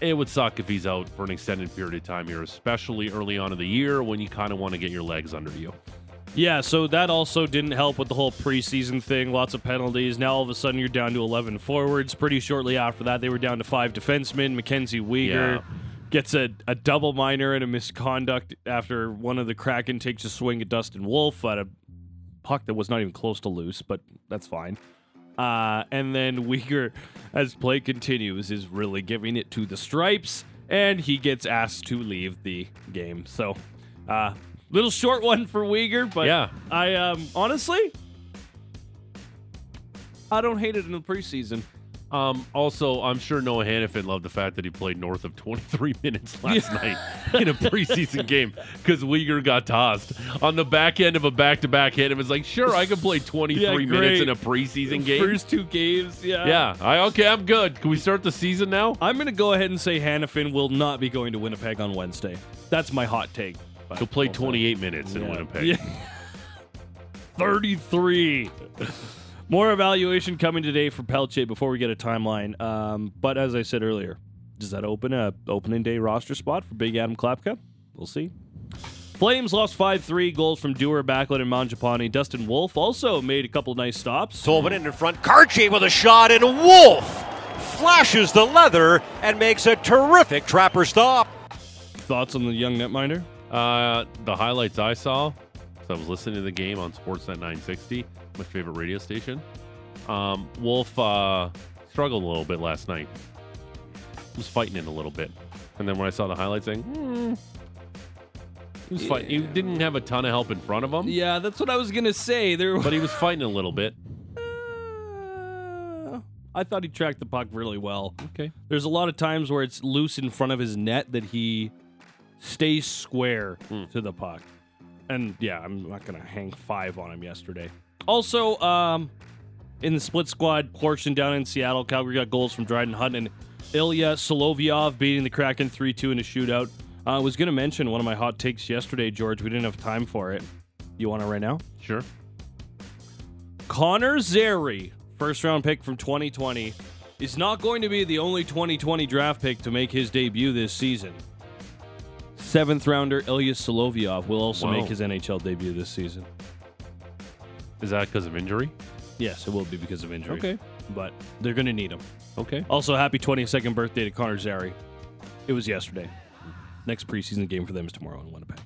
It would suck if he's out for an extended period of time here, especially early on in the year when you kind of want to get your legs under you.
yeah, so that also didn't help with the whole preseason thing. Lots of penalties. Now all of a sudden you're down to 11 forwards. Pretty shortly after that, they were down to five defensemen. Mackenzie Weegar.
Yeah.
Gets a, a double minor and a misconduct after one of the Kraken takes a swing at Dustin Wolf at a puck that was not even close to loose, but that's fine. Uh, and then Uyghur, as play continues, is really giving it to the stripes, and he gets asked to leave the game. So, uh, little short one for Uyghur, but
Yeah.
I um, honestly, I don't hate it in the preseason.
Um, also, I'm sure Noah Hannafin loved the fact that he played north of 23 minutes last night in a preseason game because Uyghur got tossed on the back end of a back to back hit. It was like, sure, I can play 23 minutes
great.
in a preseason game.
First two games, yeah.
yeah, I okay, I'm good. Can we start the season now?
I'm going to go ahead and say Hannafin will not be going to Winnipeg on Wednesday. That's my hot take. But
He'll play
we'll see.
28 minutes in
Uh, Yeah.
Winnipeg.
Yeah. 33. More evaluation coming today for Pelche before we get a timeline. Um, but as I said earlier, does that open a opening day roster spot for Big Adam Klapka? We'll see. Flames lost 5-3 goals from Dewar, Backlund, and Manjapani. Dustin Wolf also made a couple of nice stops.
Tolvanen in front. Karche with a shot, and Wolf flashes the leather and makes a terrific trapper stop.
Thoughts on the young netminder?
Uh, the highlights I saw, so I was listening to the game on Sportsnet 960, my favorite radio station. Um, Wolf uh, struggled a little bit last night. Was fighting it a little bit, and then when I saw the highlights, thing, hmm. he was fighting. He didn't have a ton of help in front of him,
Yeah, that's what I was going to say. There
but he was fighting a little bit.
Uh, I thought he tracked the puck really well.
Okay.
There's a lot of times where it's loose in front of his net that he stays square to the puck. And yeah, I'm not going to hang five on him yesterday. Also, um, in the split squad portion down in Seattle, Calgary got goals from Dryden Hunt and Ilya Solovyov beating the Kraken 3 2 in a shootout. Uh, I was going to mention one of my hot takes yesterday, George. We didn't have time for it. You want it right now?
Sure.
Connor Zary, first round pick from 2020, is not going to be the only 2020 draft pick to make his debut this season. Seventh rounder Ilya Solovyov will also
Wow.
make his NHL debut this season.
Is that because of injury?
Yes, it will be because of injury.
Okay.
But they're going to need him.
Okay.
Also, happy 22nd birthday to Connor Zary. It was yesterday. Next preseason game for them is tomorrow in Winnipeg.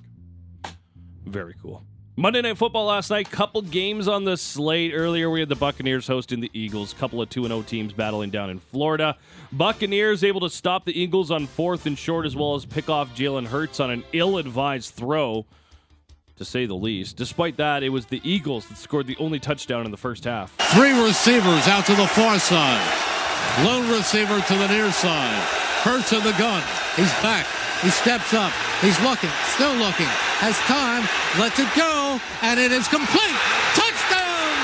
Very cool. Monday Night Football last night. Couple games on the slate. Earlier, we had the Buccaneers hosting the Eagles. Couple of 2 0 teams battling down in Florida. Buccaneers able to stop the Eagles on fourth and short, as well as pick off Jalen Hurts on an ill advised throw, to say the least. Despite that, it was the Eagles that scored the only touchdown in the first half.
Three receivers out to the far side. Lone receiver to the near side. Hurts in the gun. He's back. He steps up. He's looking. Still looking. Has time. Lets it go. And it is complete. Touchdown!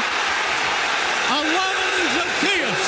Alaman Zacchaeus.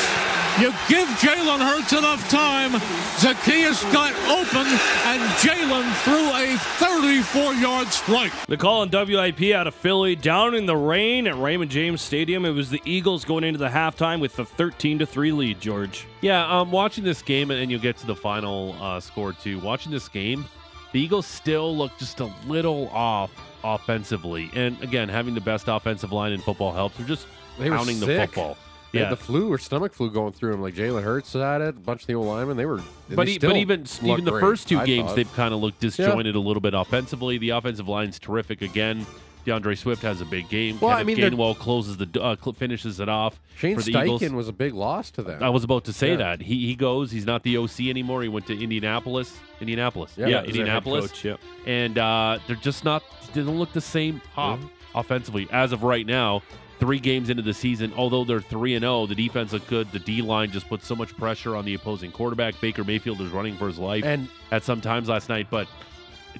You give Jalen Hurts enough time. Zacchaeus got open, and Jalen threw a 34-yard strike.
The call on WIP out of Philly, down in the rain at Raymond James Stadium. It was the Eagles going into the halftime with the 13 3 lead, George.
Yeah, um, watching this game, and you'll get to the final uh, score too. Watching this game, the Eagles still look just a little off offensively. And again, having the best offensive line in football helps. They're just
They were
pounding the
sick.
football.
They
Yeah,
had the flu or stomach flu going through him. Like Jalen Hurts had it. A bunch of the old linemen. They were. and
but,
they
e-
still
but even
looked
even the
great,
first two
I
games,
thought.
they've kind of looked disjointed a little bit offensively. The offensive line's terrific again. DeAndre Swift has a big game.
Well, I
Kenneth
mean, they're-
Gainwell closes the uh, cl- finishes it off
Shane
for the
Steichen
Eagles.
was a big loss to them.
I was about to say
Yeah.
that he he goes. He's not the OC anymore. He went to Indianapolis. Indianapolis.
Yeah,
yeah
he's their head
Indianapolis.
Coach, yep.
and uh, they're just not. They don't look the same pop offensively as of right now. Three games into the season, although they're 3 and 0, the defense looked good. The D line just put so much pressure on the opposing quarterback. Baker Mayfield was running for his life
And
at some times last night. But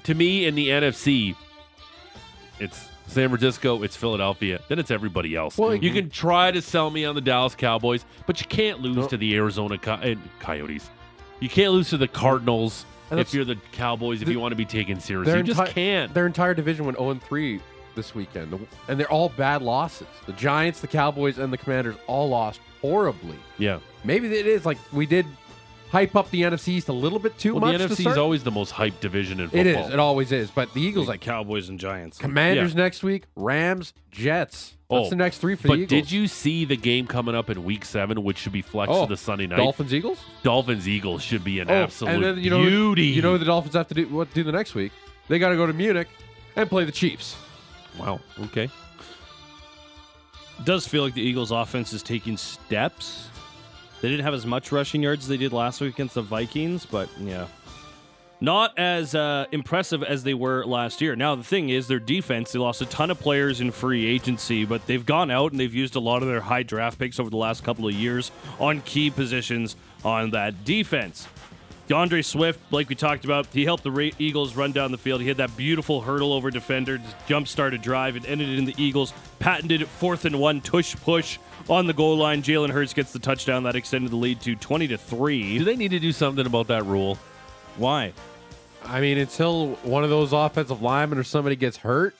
to me, in the NFC, it's San Francisco, it's Philadelphia, then it's everybody else.
Well, mm-hmm.
you can try to sell me on the Dallas Cowboys, but you can't lose to the Arizona Co- and Coyotes. You can't lose to the Cardinals
And
if
that's-
you're the Cowboys, if
the-
you want to be taken seriously.
their
You just
enti-
can't.
Their entire division went 0 3 this weekend, The- and they're all bad losses. The Giants, the Cowboys, and the Commanders all lost horribly.
Yeah.
Maybe it is like we did hype up the NFC East a little bit too
Well,
much.
the
to
NFC is
start.
always the most hyped division in football.
It is. It always is. But the Eagles, like
Cowboys and Giants.
Commanders next week, Rams, Jets. That's
Oh,
the next three for
but
the Eagles.
did you see the game coming up in Week Seven, which should be flexed
Oh,
to the Sunday night?
Dolphins, Eagles?
Dolphins Eagles should be an
Oh,
absolute
and then you know
beauty.
you know what the Dolphins have to do what do the next week? They got to go to Munich and play the Chiefs.
wow. Okay.
does feel like the Eagles' offense is taking steps. They didn't have as much rushing yards as they did last week against the Vikings, but yeah. Not as uh, impressive as they were last year. Now, the thing is, their defense, they lost a ton of players in free agency, but they've gone out and they've used a lot of their high draft picks over the last couple of years on key positions on that defense. DeAndre Swift, like we talked about, he helped the Ra- Eagles run down the field. He had that beautiful hurdle over defender, just jump started drive, and ended it in the Eagles patented fourth and one tush push on the goal line. Jalen Hurts gets the touchdown that extended the lead to twenty to
Do
three.
they need to do something about that rule?
Why?
I mean, until one of those offensive linemen or somebody gets hurt,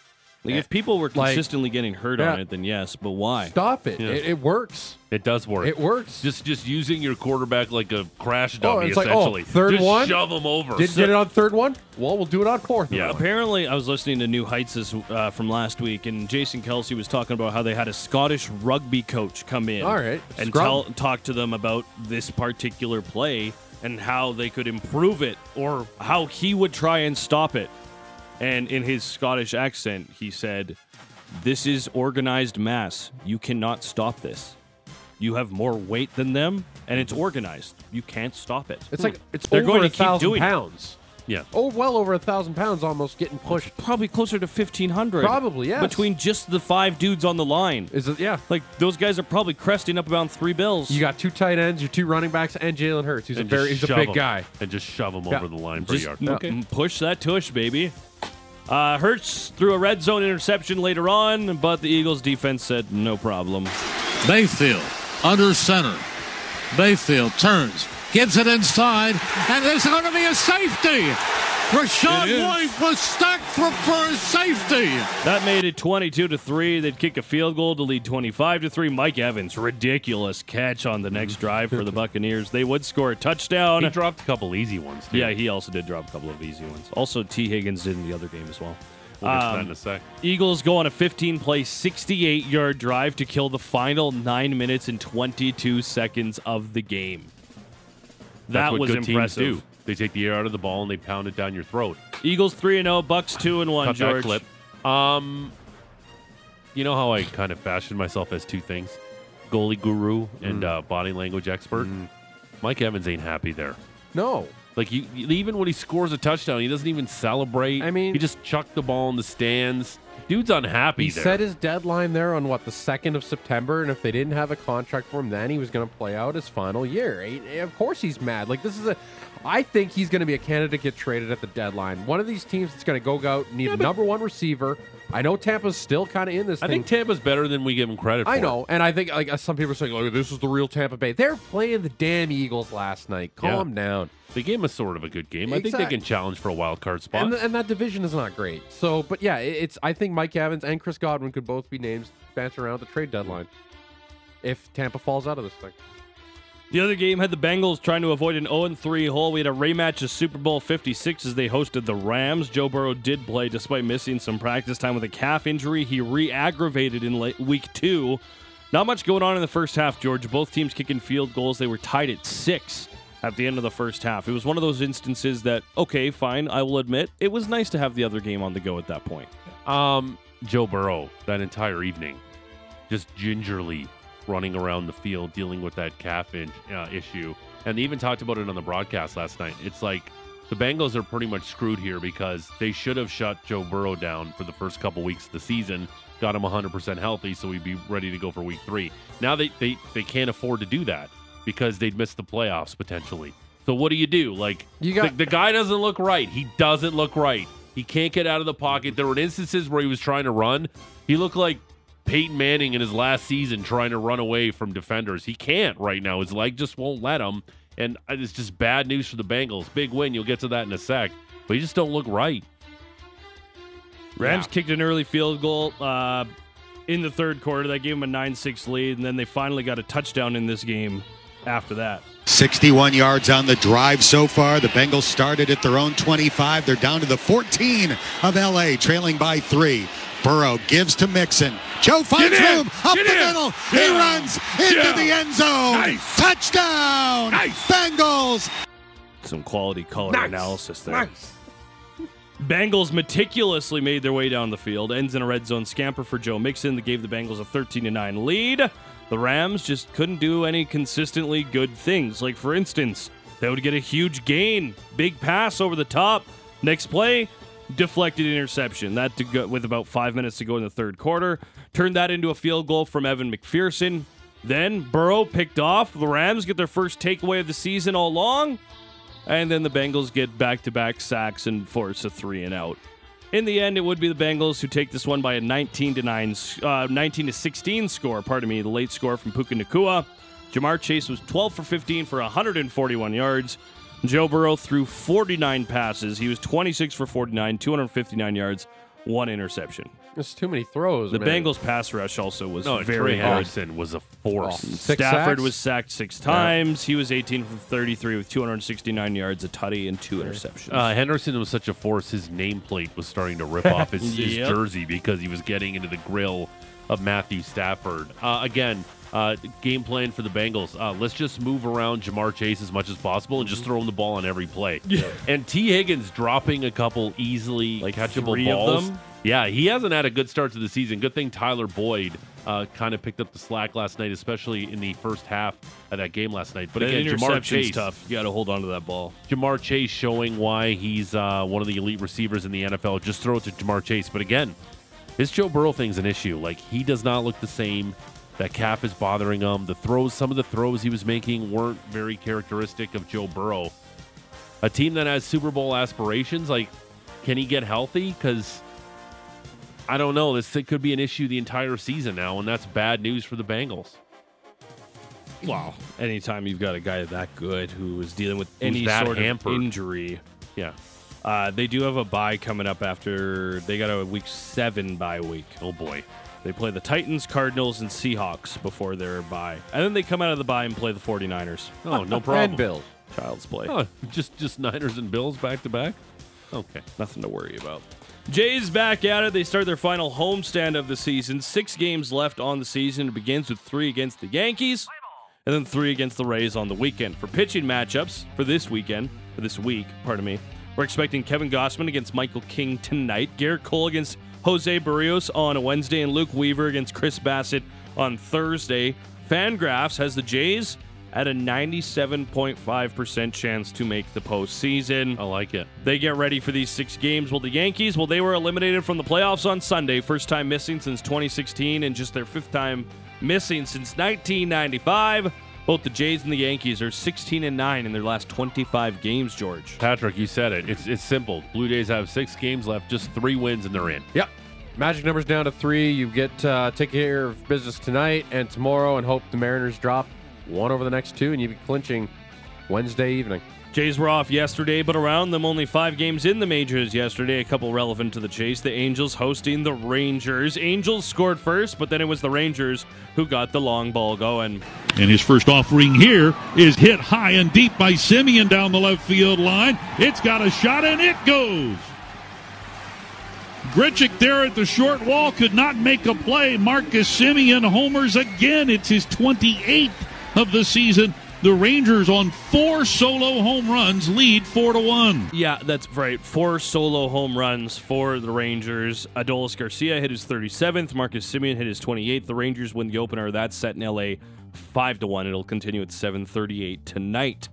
Like if people were
Eh, Like-
consistently getting hurt on
Yeah.
it, then yes, but why?
stop it. It, it works.
It does work.
It works.
Just just using your quarterback like a crash dummy,
it's like, oh,
essentially.
third
just
one?
shove him over.
Didn't get it on third one. Well, we'll do it on fourth.
Yeah.
Apparently, I was listening to New Heights this, uh, from last week, and Jason Kelsey was talking about how they had a Scottish rugby coach come in,
All right,
and
scrum.
tell, talk to them about this particular play and how they could improve it, or how he would try and stop it. And in his Scottish accent, he said, "This is organized mass. You cannot stop this. You have more weight than them, and it's organized. You can't stop it."
It's like it's
They're
over
going
a
to keep
thousand
doing it.
pounds.
yeah.
Oh, well over a thousand pounds, almost getting pushed.
probably closer to 1500
Probably, yes.
between just the five dudes on the line
Is it? Yeah.
like those guys are probably cresting up around three bills
You got two tight ends, your two running backs, and Jalen Hurts, who's
And
a very
just
he's a
shove
big
him.
guy.
And just shove him
Yeah.
over the line for a
just
yard.
m-
Okay.
m- push that tush baby uh, Hertz threw a red zone interception later on, but the Eagles defense said no problem.
Mayfield under center. Mayfield turns, gives it inside, and there's going to be a safety. Rashad White was stacked for, for a safety.
That made it 22 to 3. They'd kick a field goal to lead 25 to 3. Mike Evans, ridiculous catch on the next drive for the Buccaneers. They would score a touchdown.
He dropped a couple easy ones, too.
yeah, he also did drop a couple of easy ones. Also, T. Higgins did in the other game as well.
We'll get to that
Um,
in a sec.
Eagles go on a 15 play, 68 yard drive to kill the final nine minutes and 22 seconds of the game.
That's
That
what
was
good
impressive.
Teams do. They take the air out of the ball and they pound it down your throat.
Eagles 3 and 0, Bucks 2 and 1,
Cut that
George.
clip. Um, you know how I kind of fashioned myself as two things: goalie guru
Mm.
and uh, body language expert. Mike Evans ain't happy there.
No,
Like you, you- even when he scores a touchdown, he doesn't even celebrate.
I mean-
he just chucked the ball in the stands. Dude's unhappy.
he
there.
set his deadline there on what the second of September, and if they didn't have a contract for him, then he was going to play out his final year. Eh, eh, Of course, he's mad. Like this is a, I think he's going to be a candidate to get traded at the deadline. One of these teams that's going to go out and need a number one receiver. I know Tampa's still kind of in this
I
thing.
think Tampa's better than we give him credit. for.
I know, and I think like uh, some people are saying, "Look, this is the real Tampa Bay." They're playing the damn Eagles last night.
Yeah.
Calm down.
They gave him a sort of a good game. I think they
Exact-
can challenge for a wild card spot.
And, th- and that division is not great. So, but yeah, it, it's. I think Mike Evans and Chris Godwin could both be names bouncing around at the trade deadline if Tampa falls out of this thing.
The other game had the Bengals trying to avoid an 0 3 hole. We had a rematch of Super Bowl 56 as they hosted the Rams. Joe Burrow did play despite missing some practice time with a calf injury. He re aggravated in late week two. Not much going on in the first half, George. Both teams kicking field goals. They were tied at six at the end of the first half. It was one of those instances that, okay, fine, I will admit, it was nice to have the other game on the go at that point.
Um, Joe Burrow that entire evening, just gingerly running around the field, dealing with that calf in, uh, issue, and they even talked about it on the broadcast last night. It's like the Bengals are pretty much screwed here because they should have shut Joe Burrow down for the first couple weeks of the season, got him 100% healthy, so he'd be ready to go for week three. Now they, they, they can't afford to do that because they'd miss the playoffs potentially. So what do you do? Like,
You got-
the, the guy doesn't look right. He doesn't look right. He can't get out of the pocket. There were instances where he was trying to run. He looked like Peyton Manning in his last season trying to run away from defenders. He can't right now. His leg just won't let him. And it's just bad news for the Bengals. Big win. You'll get to that in a sec. But you just don't look right.
Rams kicked an early field goal uh, in the third quarter. That gave them a 9 6 lead, and then they finally got a touchdown in this game after that.
61 yards on the drive so far. The Bengals started at their own 25. They're down to the 14 of LA, trailing by three. Burrow gives to Mixon. Joe finds
in!
room up
Get
the
in!
middle. He
Yeah!
runs into
Yeah!
the end zone.
Nice!
Touchdown. Bengals.
Some quality color
Nice.
analysis there. Bengals meticulously made their way down the field. Ends in a red zone scamper for Joe Mixon that gave the Bengals a 13 9 lead. The Rams just couldn't do any consistently good things. Like, for instance, they would get a huge gain, big pass over the top. Next play, deflected interception. That to go, with about five minutes to go in the third quarter. Turned that into a field goal from Evan McPherson. Then Burrow picked off. The Rams get their first takeaway of the season all along. And then the Bengals get back to back sacks and force a three and out. In the end, it would be the Bengals who take this one by a 19 to 9, uh, 19 to 16 score. Pardon me, the late score from Puka Nakua. Jamar Chase was 12 for 15 for 141 yards. Joe Burrow threw 49 passes. He was 26 for 49, 259 yards, one interception.
It's too many throws.
The
man.
Bengals pass rush also was
No,
very
Oh, Trey
hard.
Hendrickson was a force.
Oh, six
Stafford
sacks?
was sacked six times. He was 18 for 33 with 269 yards, a tutty, and two interceptions.
Uh, Henderson was such a force, his nameplate was starting to rip off his, his
Yep.
jersey because he was getting into the grill of Matthew Stafford. Uh, again, uh, game plan for the Bengals. Uh, let's just move around Jamar Chase as much as possible and just
Mm-hmm.
throw him the ball on every play. And T. Higgins dropping a couple easily catchable
three of
balls.
them?
Yeah, he hasn't had a good start to the season. Good thing Tyler Boyd uh, kind of picked up the slack last night, especially in the first half of that game last night. But
That
again, Jamar
interception's
Chase
tough. You got to hold on to that ball.
Jamar Chase showing why he's uh, one of the elite receivers in the NFL. Just throw it to Jamar Chase. But again, this Joe Burrow thing's an issue. Like he does not look the same. That calf is bothering him. The throws, some of the throws he was making weren't very characteristic of Joe Burrow. A team that has Super Bowl aspirations, like, can he get healthy? Because I don't know. This it could be an issue the entire season now, and that's bad news for the Bengals.
Wow. Anytime you've got a guy that good who is dealing with any
that
sort
hampered.
of injury.
Yeah.
Uh, they do have a bye coming up after they got a week seven bye week.
Oh boy.
They play the Titans, Cardinals, and Seahawks before their bye. And then they come out of the bye and play the 49ers.
Oh, no problem.
Bills.
Child's play.
Oh, just just Niners and Bills back to back. Okay.
Nothing to worry about. Jays back at it. They start their final homestand of the season. Six games left on the season. It begins with three against the Yankees and then three against the Rays on the weekend. For pitching matchups for this weekend, for this week, pardon me, we're expecting Kevin Gossman against Michael King tonight, Garrett Cole against Jose Barrios on a Wednesday, and Luke Weaver against Chris Bassett on Thursday. Fangraphs has the Jays at a 97.5% chance to make the postseason.
I like it.
They get ready for these six games. Well, the Yankees, well, they were eliminated from the playoffs on Sunday, first time missing since 2016, and just their fifth time missing since 1995. Both the Jays and the Yankees are 16 and 9 in their last 25 games, George.
Patrick, you said it. It's it's simple. Blue Jays have six games left, just three wins, and they're in.
Yep. Magic numbers down to three. You get uh, take care of business tonight and tomorrow, and hope the Mariners drop one over the next two, and you be clinching Wednesday evening.
Jays were off yesterday, but around them only five games in the majors yesterday. A couple relevant to the chase. The Angels hosting the Rangers. Angels scored first, but then it was the Rangers who got the long ball going.
And his first offering here is hit high and deep by Simeon down the left field line. It's got a shot and it goes. Gritchick there at the short wall could not make a play. Marcus Simeon homers again. It's his 28th of the season. The Rangers on four solo home runs lead 4 to 1.
Yeah, that's right. Four solo home runs for the Rangers. Adolis Garcia hit his 37th. Marcus Simeon hit his 28th. The Rangers win the opener. That's set in LA five to one. It'll continue at 7:38 tonight.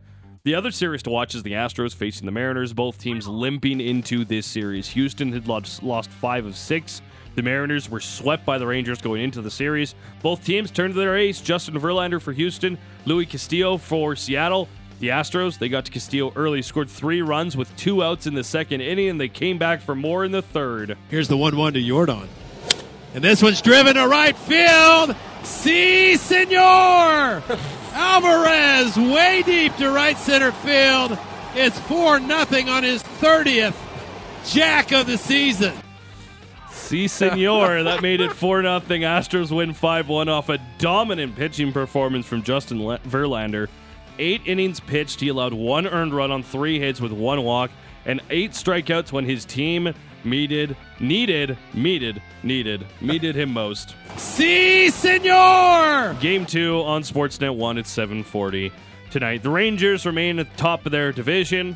The other series to watch is the Astros facing the Mariners, both teams limping into this series. Houston had lost, lost five of six. The Mariners were swept by the Rangers going into the series. Both teams turned to their ace Justin Verlander for Houston, Louis Castillo for Seattle. The Astros, they got to Castillo early, scored three runs with two outs in the second inning, and they came back for more in the third.
Here's the 1 1 to Yordan. And this one's driven to right field. Si, senor! Alvarez way deep to right center field. It's 4 nothing on his 30th jack of the season.
Si, senor. that made it 4 0. Astros win 5 1 off a dominant pitching performance from Justin Le- Verlander. Eight innings pitched. He allowed one earned run on three hits with one walk and eight strikeouts when his team needed, needed, needed, needed, needed him most.
Si, senor!
Game two on Sportsnet 1 at 740 tonight. The Rangers remain at the top of their division.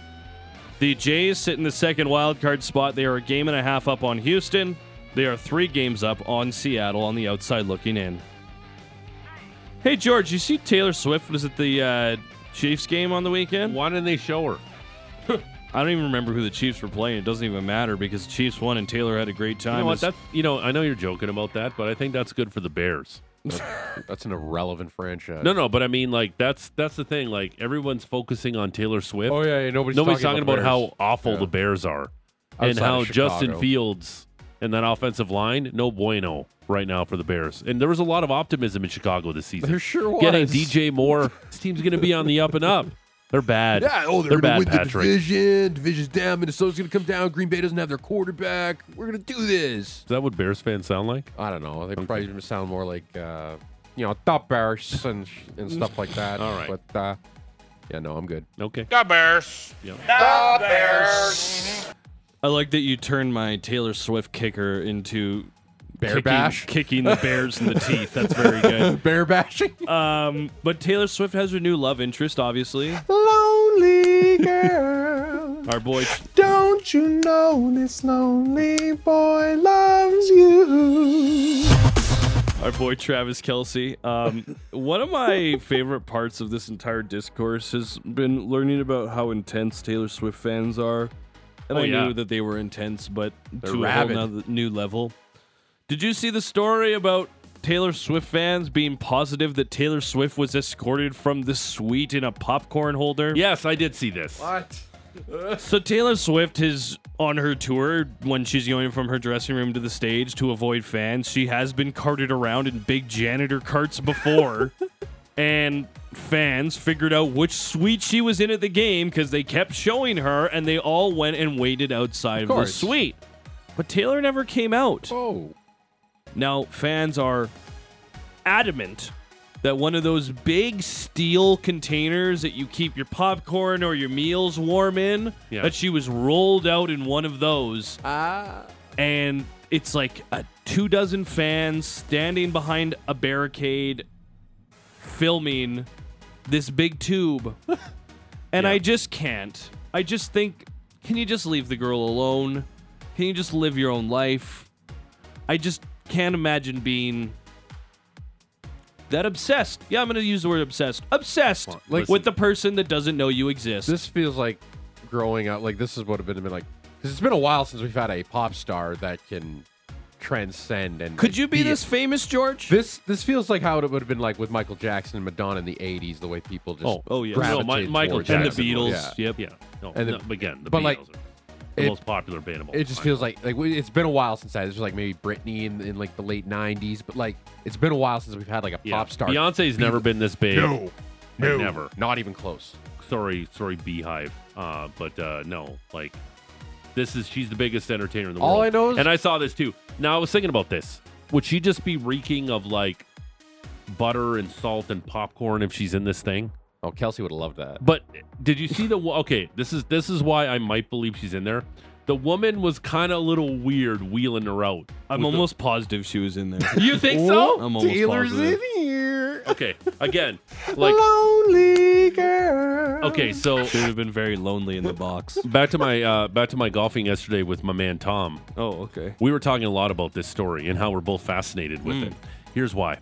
The Jays sit in the second wild card spot. They are a game and a half up on Houston. They are three games up on Seattle on the outside looking in. Hey George, you see Taylor Swift was at the uh, Chiefs game on the weekend?
Why didn't they show
her? I don't even remember who the Chiefs were playing. It doesn't even matter because the Chiefs won and Taylor had a great time.
You know what?
It's-
That you know, I know you're joking about that, but I think that's good for the Bears.
That's an irrelevant franchise.
No, no, but I mean, like that's that's the thing. Like everyone's focusing on Taylor Swift.
Oh, yeah, yeah, nobody's
talking,
talking
about,
about
how
Bears.
awful
Yeah.
the Bears are, and
Outside
how
of Chicago.
Justin Fields and that offensive line, no bueno right now for the Bears. And there was a lot of optimism in Chicago this season.
There sure
Getting
was.
DJ Moore, this team's going to be on the up and up. They're bad.
Yeah, oh, they're,
bad.
gonna win
Patrick.
the division. Division's down. Minnesota's gonna come down. Green Bay doesn't have their quarterback. We're gonna do this.
Is that what Bears fans sound like?
I don't know. They probably gonna sound more like uh, you know, top bears and sh- and stuff like that. All right, but uh, yeah, no, I'm good.
Okay,
the bears.
The Bears.
I like that you turned my Taylor Swift kicker into
Bear
kicking,
bash?
kicking the bears in the teeth. That's very good.
Bear bashing.
Um, but Taylor Swift has her new love interest, obviously.
Lonely girl.
Our boy,
Don't you know this lonely boy loves you?
our boy Travis Kelsey. Um, one of my favorite parts of this entire discourse has been learning about how intense Taylor Swift fans are,
Oh,
and I
yeah.
knew that they were intense, but
They're
to
rabid.
a whole nother, new level. Did you see the story about Taylor Swift fans being positive that Taylor Swift was escorted from the suite in a popcorn holder?
Yes, I did see this.
What?
So Taylor Swift is on her tour when she's going from her dressing room to the stage to avoid fans. She has been carted around in big janitor carts before, and fans figured out which suite she was in at the game because they kept showing her, and they all went and waited outside of, the
course.
suite. But Taylor never came out.
Oh.
Now fans are adamant that one of those big steel containers that you keep your popcorn or your meals warm in
Yeah.
that she was rolled out in one of those and it's like a two dozen fans standing behind a barricade filming this big tube and i just can't i just think can you just leave the girl alone can you just live your own life i just can't imagine being that obsessed yeah i'm gonna use the word obsessed obsessed
Like-
with the person that doesn't know you exist
This feels like growing up. Like this is what have been, been like. Because it's been a while since we've had a pop star that can transcend and
could you be this famous george
This this feels like how it would have been like with Michael Jackson and Madonna in the '80s, the way people just
Oh, oh yeah,
gravitated
No, Mi- Michael
towards
Jackson
that.
and the Beatles.
Yeah.
Yep, yeah. No,
And the-
no, again, the
but,
Beatles
like,
are the
it-
most popular band of all
It just
time.
feels like like we- it's been a while since that. It's just like maybe Britney in, in like the late '90s, but like it's been a while since we've had like a
Yeah.
pop star.
Beyonce's
Be-
never been this big.
No,
Like,
no.
never,
not even close.
Sorry, sorry, Beehive. Uh, but uh, no, like this is she's the biggest entertainer in the
All
world.
I know is-
and I saw this too. Now I was thinking about this. Would she just be reeking of like butter and salt and popcorn if she's in this thing?
Oh, Kelsey would have loved that.
But did you see the wo- okay? This is this is why I might believe she's in there. The woman was kind of a little weird wheeling her out.
i'm
with the-
almost positive she was in there
You think so?
I'm almost Taylor's positive.
in here.
Okay, again, like
lonely girl.
okay, so
Should have been very lonely in the box.
back to my uh, back to my golfing yesterday with my man Tom. Uh,
Oh, okay.
Mm.
We were talking a lot about this story and how we're both fascinated with it. Here's why.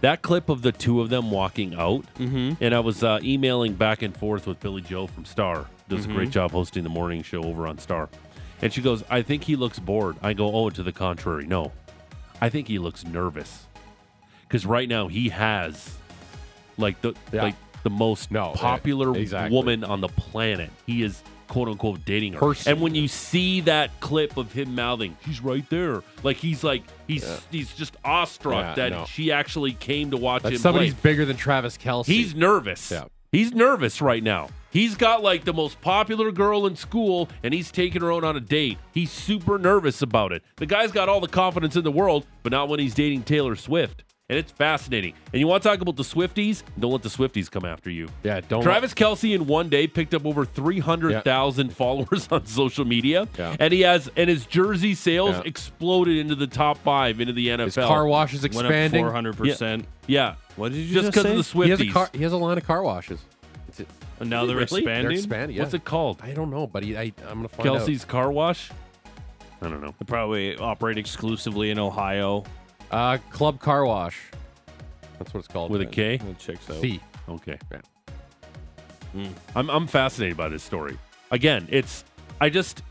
That clip of the two of them walking out,
Mm-hmm.
and I was uh, emailing back and forth with Billy Joe from Star. Does a
Mm-hmm.
great
Mhm.
job hosting the morning show over on Star. And she goes, I think he looks bored. I go, Oh, to the contrary, no. I think he looks nervous. Because right now he has like the
Yeah.
like the most popular
exactly.
woman on the planet. He is quote unquote dating her.
Person.
And when you see that clip of him mouthing, he's right there. Like he's like he's
Yeah.
he's just awestruck
Yeah,
that
no.
she actually came to watch
That
him
somebody's
play.
bigger than Travis Kelsey.
He's nervous.
Yeah.
He's nervous right now. He's got like the most popular girl in school and he's taking her out on a date. He's super nervous about it. The guy's got all the confidence in the world, but not when he's dating Taylor Swift. And it's fascinating. And you want to talk about the Swifties? Don't let the Swifties come after you.
Yeah, don't
Travis Kelsey in one day picked up over 300,000 followers on social media. And he has and his jersey sales
Yeah.
exploded into the top 5 into the NFL.
car wash is Went up expanding.
Yeah.
400%.
yeah.
What did you
just because
just
of the
He
Swifties?
has a car. He has a line of car washes. It's it.
And now they're expanding?
They're expanding.
What's
yeah.
it called?
I don't know, but he, I, I'm gonna find
Kelsey's car wash. I don't know.
They probably operate exclusively in Ohio.
out. Uh, Club Car Wash. That's what it's called.
With a
man.
K?
It checks out.
C.
Okay.
Yeah. Hmm.
I'm I'm fascinated by this story. Again, it's I just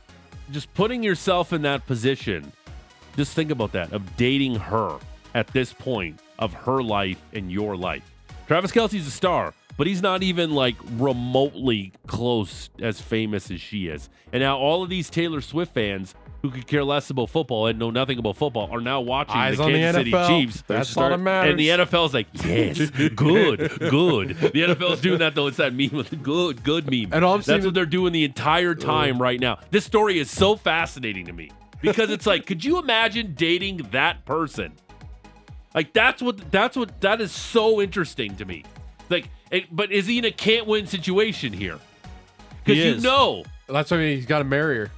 just putting yourself in that position. Just think about that of dating her at this point of her life and your life. Travis Kelsey's a star, but he's not even like remotely close as famous as she is. And now all of these Taylor Swift fans who could care less about football and know nothing about football are now watching
Eyes
the
on the
Kansas City
NFL.
Chiefs.
That's all that matters.
And the NFL's like, yes, good, good. The NFL's doing that though. It's that meme with the good, good meme.
And all I'm
That's
seeing-
what they're doing the entire time right now. This story is so fascinating to me because it's like, could you imagine dating that person? Like that's what that's what that is so interesting to me. Like, it, but is he in a can't win situation here? Because
He
you
is.
know,
That's what I mean. He's got to marry her.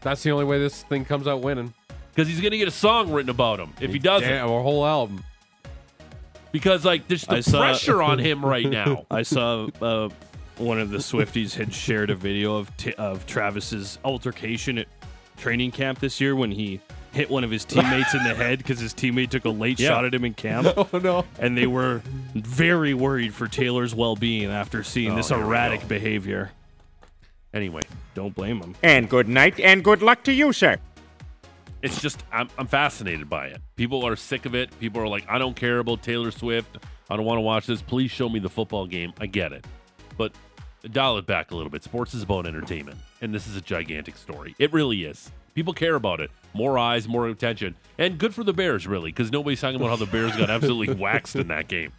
That's the only way this thing comes out winning.
because he's gonna get a song written about him if he doesn't.
Damn, a whole album.
Because like there's the
I saw-
pressure on him right now.
I saw uh, one of the Swifties had shared a video of t- of Travis's altercation at training camp this year when he hit one of his teammates in the head because his teammate took a late
Yeah.
shot at him in camp.
Oh no!
And they were very worried for Taylor's well being after seeing
Oh,
this
here we
erratic
go.
behavior.
Anyway,
Don't blame him.
And good night and good luck to you, sir.
it's just I'm, I'm fascinated by it. People are sick of it. People are like, I don't care about Taylor Swift. I don't want to watch this. Please show me the football game. I get it, but dial it back a little bit. Sports is about entertainment, and this is a gigantic story. It really is. People care about it. More eyes, more attention, and good for the Bears, really, because nobody's talking about how the Bears got absolutely waxed in that game.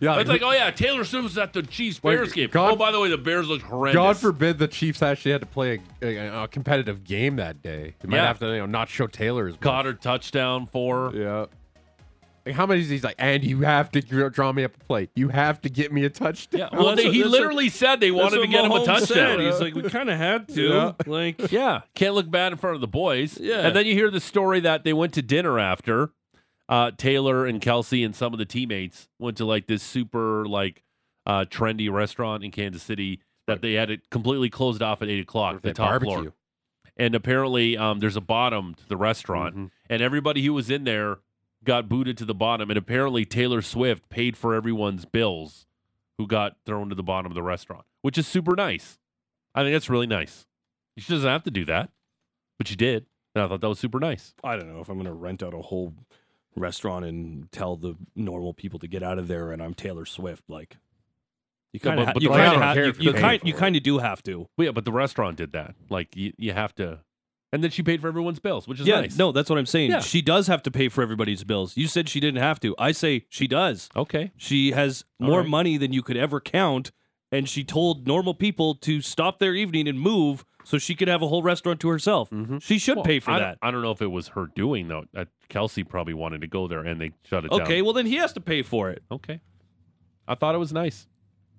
Yeah,
It's like, oh yeah, Taylor Swift was at the Chiefs Bears
Wait,
game.
God-
oh, by the way, the Bears look horrendous.
God forbid the Chiefs actually had to play a, a, a competitive game that day. They might
Yeah.
have to you know, not show Taylor as much.
Goddard touchdown for.
Yeah. Like, how many is he's like? And you have to gr- draw me up a play. You have to get me a touchdown.
Yeah, well, they, he literally said they wanted to get him a touchdown.
He's like, we kind of had to.
Yeah.
Like,
Yeah, can't look bad in front of the boys.
Yeah.
and then you hear the story that they went to dinner after. Uh, Taylor and Kelsey and some of the teammates went to like this super like uh, trendy restaurant in Kansas City that they had it completely closed off at eight o'clock. The
They
top
barbecue.
floor, and apparently um, there's a bottom to the restaurant, and everybody who was in there got booted to the bottom, and apparently Taylor Swift paid for everyone's bills who got thrown to the bottom of the restaurant, which is super nice. I think that's really nice. She doesn't have to do that, but she did. And I thought that was super nice.
I don't know if I'm going to rent out a whole restaurant and tell the normal people to get out of there and I'm Taylor Swift. Like, you
Yeah,
kind of
but- but
you
the
kind of
restaurant-
have
care
you,
if
you
you're
kind
paying
you
for
kind of do have to.
Well, yeah, but the restaurant did that. Like, you, you have to. And then she paid for everyone's bills, which is
Yeah,
nice.
no, that's what I'm saying.
Yeah.
She does have to pay for everybody's bills. You said she didn't have to. I say she does.
Okay.
She has
All
more
right.
money than you could ever count and she told normal people to stop their evening and move so she could have a whole restaurant to herself. She should
Mm-hmm. Well,
pay for
I don't-
that.
I don't know if it was her doing, though. Uh, Kelsey probably wanted to go there and they shut it down.
Okay, well then he has to pay for it.
Okay. I thought it was nice.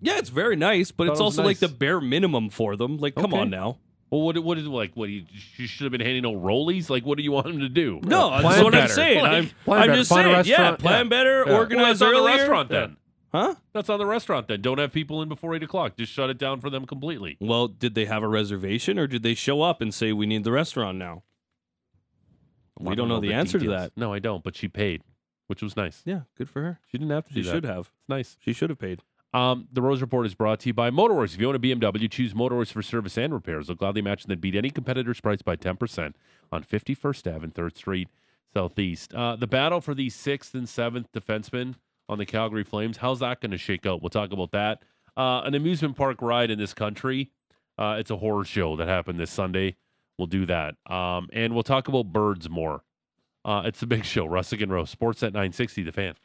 Yeah, it's very nice, but
Thought
it's
it was
also like
nice.
the bare minimum for them. Like, come
Okay.
on now.
Well, what, what is like? What you, you should have been handing out rollies? Like, what do you want him to do?
No,
Plan
that's what I'm
better.
saying.
Like,
I'm,
plan
I'm
better.
just
Find a
saying, yeah,
restaurant.
plan
Yeah.
better,
Yeah.
Well,
organize
that's on the
earlier.
restaurant then.
Huh?
That's on the restaurant then. Don't have people in before eight o'clock. Just shut it down for them completely.
Well, did they have a reservation or did they show up and say we need the restaurant now?
Well, I
we don't know the answer to
details.
that.
No, I don't. But she paid. which was nice.
Yeah, good for her.
She didn't have to
She
do that.
should have.
It's nice.
She should have paid.
Um, the Rose Report is brought to you by Motorworks. If you own a BMW, choose Motorworks for service and repairs. They'll gladly match and then beat any competitor's price by 10% on 51st Ave and 3rd Street Southeast. Uh, the battle for the sixth and seventh defensemen on the Calgary Flames, how's that going to shake out? We'll talk about that. Uh, an amusement park ride in this country. Uh, it's a horror show that happened this Sunday. We'll do that. Um, and we'll talk about birds more. Uh, it's the big show, Russick and Rose, Sports at 960, The Fan.